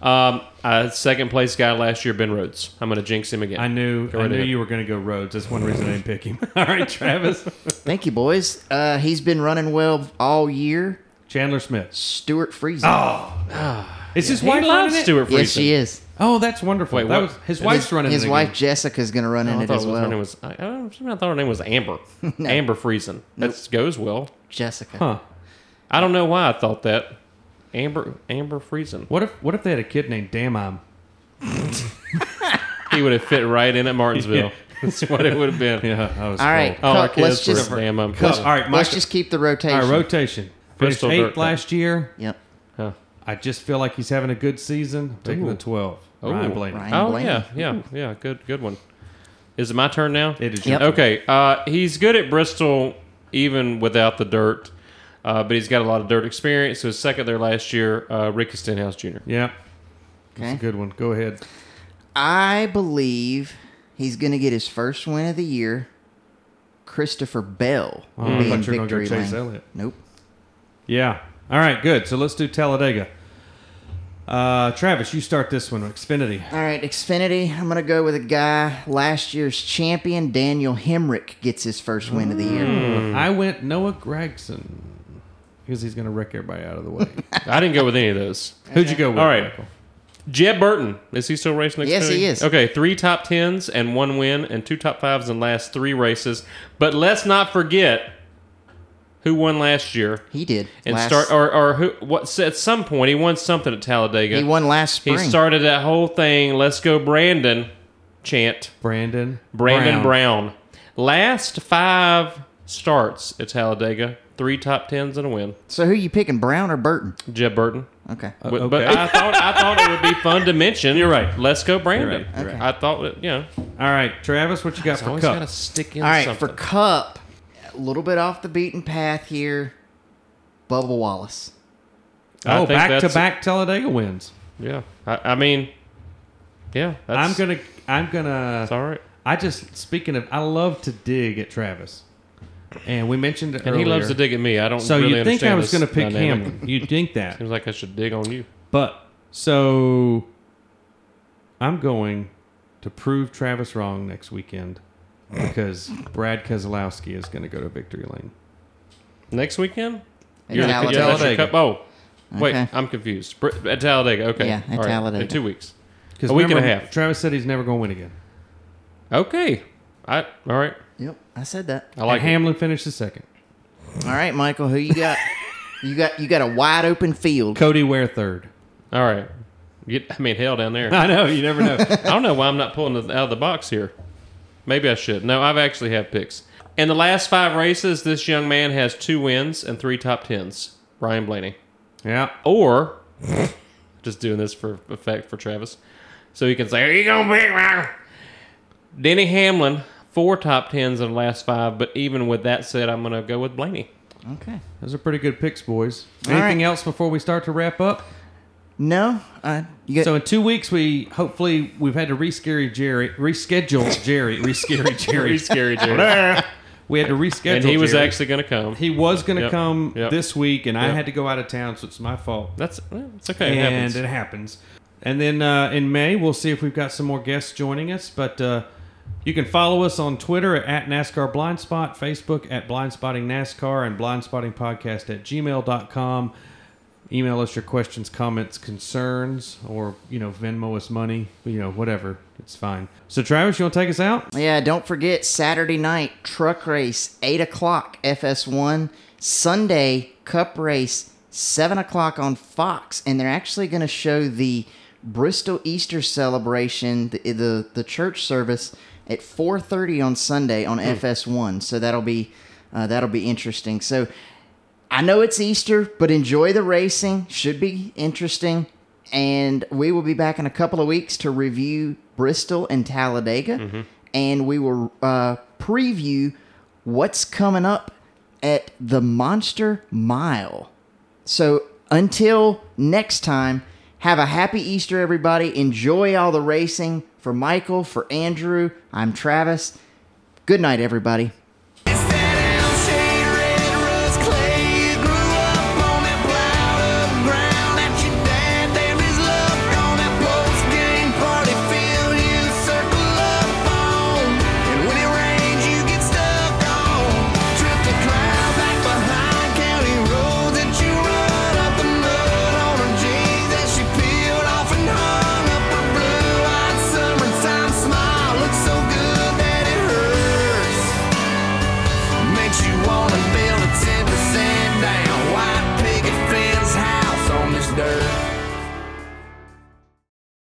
Speaker 4: Um, uh, second place guy last year, Ben Rhodes. I'm going to jinx him again.
Speaker 3: I knew
Speaker 4: Go
Speaker 3: I
Speaker 4: right
Speaker 3: knew
Speaker 4: ahead.
Speaker 3: you were going to go Rhodes. That's one reason I didn't pick him. All right, Travis.
Speaker 2: Thank you, boys. Uh, he's been running well all year.
Speaker 3: Chandler Smith.
Speaker 2: Stuart Friesen.
Speaker 3: Ah, Is his
Speaker 4: He
Speaker 3: wife
Speaker 4: loves
Speaker 3: running it?
Speaker 4: Stuart Friesen.
Speaker 2: yes, she is.
Speaker 3: Oh, that's wonderful.
Speaker 4: Wait,
Speaker 3: that
Speaker 4: what-
Speaker 3: was his wife's
Speaker 2: his
Speaker 3: running.
Speaker 2: his
Speaker 3: it
Speaker 2: wife
Speaker 3: again.
Speaker 2: Jessica's going to run
Speaker 3: Oh,
Speaker 2: in
Speaker 4: I
Speaker 2: it
Speaker 4: thought,
Speaker 2: as
Speaker 4: it was- her name
Speaker 2: well.
Speaker 4: was, I, I, don't know, I thought her name was Amber. Amber Friesen. That goes well.
Speaker 2: Jessica.
Speaker 3: Huh.
Speaker 4: I don't know why I thought that. Amber Amber Friesen.
Speaker 3: What if What if they had a kid named Damon?
Speaker 4: He would have fit right in at Martinsville. That's what it would have been.
Speaker 3: Yeah, I was
Speaker 2: All right,
Speaker 4: All our
Speaker 2: Cup, let's
Speaker 4: kids were
Speaker 2: just
Speaker 4: damn um,
Speaker 3: Cool. All right,
Speaker 2: let's
Speaker 3: Michael.
Speaker 2: just keep the rotation.
Speaker 3: All right, rotation. Finished
Speaker 4: Bristol Dirt
Speaker 3: eighth
Speaker 4: Cup.
Speaker 3: last year.
Speaker 2: Yep.
Speaker 4: Huh.
Speaker 3: I just feel like he's having a good season. I'm taking
Speaker 4: Ooh.
Speaker 3: the twelve.
Speaker 4: Ooh.
Speaker 3: Ryan Blaney.
Speaker 2: Ryan.
Speaker 4: Oh
Speaker 2: Blaney.
Speaker 4: yeah, yeah, yeah. Good, good one. Is it my turn now?
Speaker 3: It is
Speaker 2: Yep.
Speaker 3: your-
Speaker 4: Okay. Uh, he's good at Bristol even without the dirt, uh, but he's got a lot of dirt experience. So his second there last year, uh, Ricky Stenhouse Jr.
Speaker 3: Yeah,
Speaker 2: Okay.
Speaker 3: it's a good one. Go ahead.
Speaker 2: I believe he's going to get his first win of the year. Christopher Bell will
Speaker 3: Oh, I
Speaker 2: be
Speaker 3: thought
Speaker 2: in
Speaker 3: you were gonna go
Speaker 2: victory
Speaker 3: Chase
Speaker 2: lane.
Speaker 3: Elliott.
Speaker 2: Nope.
Speaker 3: Yeah. All right. Good. So let's do Talladega. Uh, Travis, you start this one. Xfinity.
Speaker 2: All right, Xfinity. I'm going to go with a guy last year's champion, Daniel Hemrick, gets his first win of the year.
Speaker 3: Mm.
Speaker 4: Hmm.
Speaker 3: I went Noah Gregson because he's going to wreck everybody out of the way.
Speaker 4: I didn't go with any of those.
Speaker 3: Who'd you go with?
Speaker 4: All right.
Speaker 3: Michael?
Speaker 4: Jeb Burton is he still racing? Next
Speaker 2: Yes, he
Speaker 4: Xfinity?
Speaker 2: is.
Speaker 4: Okay, three top tens and one win, and two top fives in last three races. But let's not forget who won last year.
Speaker 2: He did.
Speaker 4: And
Speaker 2: last,
Speaker 3: oh,
Speaker 4: start or, or who what at some point he won something at Talladega.
Speaker 2: he won last spring.
Speaker 4: He started that whole thing, let's go Brandon chant.
Speaker 3: Brandon.
Speaker 4: Brandon Brown. Last five starts at Talladega, three top tens and a win.
Speaker 2: so who you picking, Brown or Burton?
Speaker 4: Jeb Burton.
Speaker 2: Okay.
Speaker 4: But,
Speaker 3: Uh, okay.
Speaker 4: but I thought I thought it would be fun to mention. You're right. Let's go Brandon.
Speaker 3: You're right,
Speaker 2: you're
Speaker 4: I thought it, you know.
Speaker 3: All right, Travis, what you got
Speaker 4: It's
Speaker 3: for
Speaker 4: always
Speaker 3: Cup?
Speaker 4: got to stick in
Speaker 2: All right,
Speaker 4: something.
Speaker 2: for Cup, a little bit off the beaten path here, Bubba Wallace.
Speaker 4: I
Speaker 3: oh,
Speaker 4: think
Speaker 3: back to
Speaker 4: that's-
Speaker 3: back Talladega wins.
Speaker 4: Yeah. I, I mean, yeah. That's,
Speaker 3: I'm gonna. I'm gonna.
Speaker 4: It's all right.
Speaker 3: I just speaking of. I love to dig at Travis, and we mentioned it
Speaker 4: And he loves to dig at me. I don't
Speaker 3: So
Speaker 4: really
Speaker 3: you think
Speaker 4: understand
Speaker 3: I was
Speaker 4: this
Speaker 3: going to pick
Speaker 4: dynamic.
Speaker 3: him? You think that?
Speaker 4: Seems like I should dig on you.
Speaker 3: But so I'm going to prove Travis wrong next weekend because Brad Keselowski is going to go to victory lane.
Speaker 4: Next weekend?
Speaker 2: At
Speaker 4: You're the-
Speaker 2: Talladega.
Speaker 4: yeah, that's your
Speaker 3: Talladega.
Speaker 4: cup- Oh, wait,
Speaker 2: Okay.
Speaker 4: I'm confused. Br- At Talladega, okay.
Speaker 2: Yeah, at
Speaker 4: All right,
Speaker 2: Talladega.
Speaker 4: In two weeks.
Speaker 3: Because
Speaker 4: A week and a half.
Speaker 3: Travis said he's never going to win again.
Speaker 4: Okay. I all right.
Speaker 2: Yep, I said that.
Speaker 4: I like
Speaker 3: and Hamlin finished the second.
Speaker 2: All right, Michael, who you got? you got you got a wide open field.
Speaker 3: Cody Ware third.
Speaker 4: it. All right. Get, I mean, hell down there. I
Speaker 3: I know you never know.
Speaker 4: don't know why I'm not pulling it out of the box here. Maybe I should. No, I've actually had picks. In the last five races, this young man has two wins and three top tens. Ryan Blaney.
Speaker 3: yeah.
Speaker 4: Or just doing this for effect for Travis, so he can say, "Are you gonna pick me?" Denny Hamlin, four top tens in the last five, but even with that said, I'm gonna go with Blaney.
Speaker 2: Okay.
Speaker 3: Those are pretty good picks, boys.
Speaker 2: All right.
Speaker 3: Anything else before we start to wrap up?
Speaker 2: No, uh, you got
Speaker 3: So in two weeks, we hopefully we've had to reschedule Jerry, reschedule Jerry, reschedule
Speaker 4: Very
Speaker 3: Jerry.
Speaker 4: scary, Jerry.
Speaker 3: We had to reschedule.
Speaker 4: and he was
Speaker 3: Jerry.
Speaker 4: actually gonna come.
Speaker 3: He was going to
Speaker 4: Yep.
Speaker 3: come
Speaker 4: Yep.
Speaker 3: this week, and I
Speaker 4: Yep.
Speaker 3: had to go out of town, so it's my fault.
Speaker 4: That's well, it's okay.
Speaker 3: and
Speaker 4: It happens.
Speaker 3: it happens. And then uh, in May, we'll see if we've got some more guests joining us. But uh, you can follow us on Twitter at NASCAR Blind Spot, Facebook at Blind Spotting NASCAR, and blindspottingpodcast at gmail.com. Email us your questions, comments, concerns, or, you know, Venmo us money, you know, whatever. It's fine. So, Travis, you want to take us out?
Speaker 2: Yeah, don't forget Saturday night truck race eight o'clock FS1. Sunday Cup race seven o'clock on Fox, and they're actually going to show the Bristol Easter celebration, the the, the church service at four thirty on Sunday on FS1. So that'll be uh, that'll be interesting. So I know it's Easter, but enjoy the racing. Should be interesting. And we will be back in a couple of weeks to review Bristol and Talladega. And we will uh, preview what's coming up at the Monster Mile. So until next time, have a happy Easter, everybody. Enjoy all the racing. For Michael, for Andrew, I'm Travis. Good night, everybody.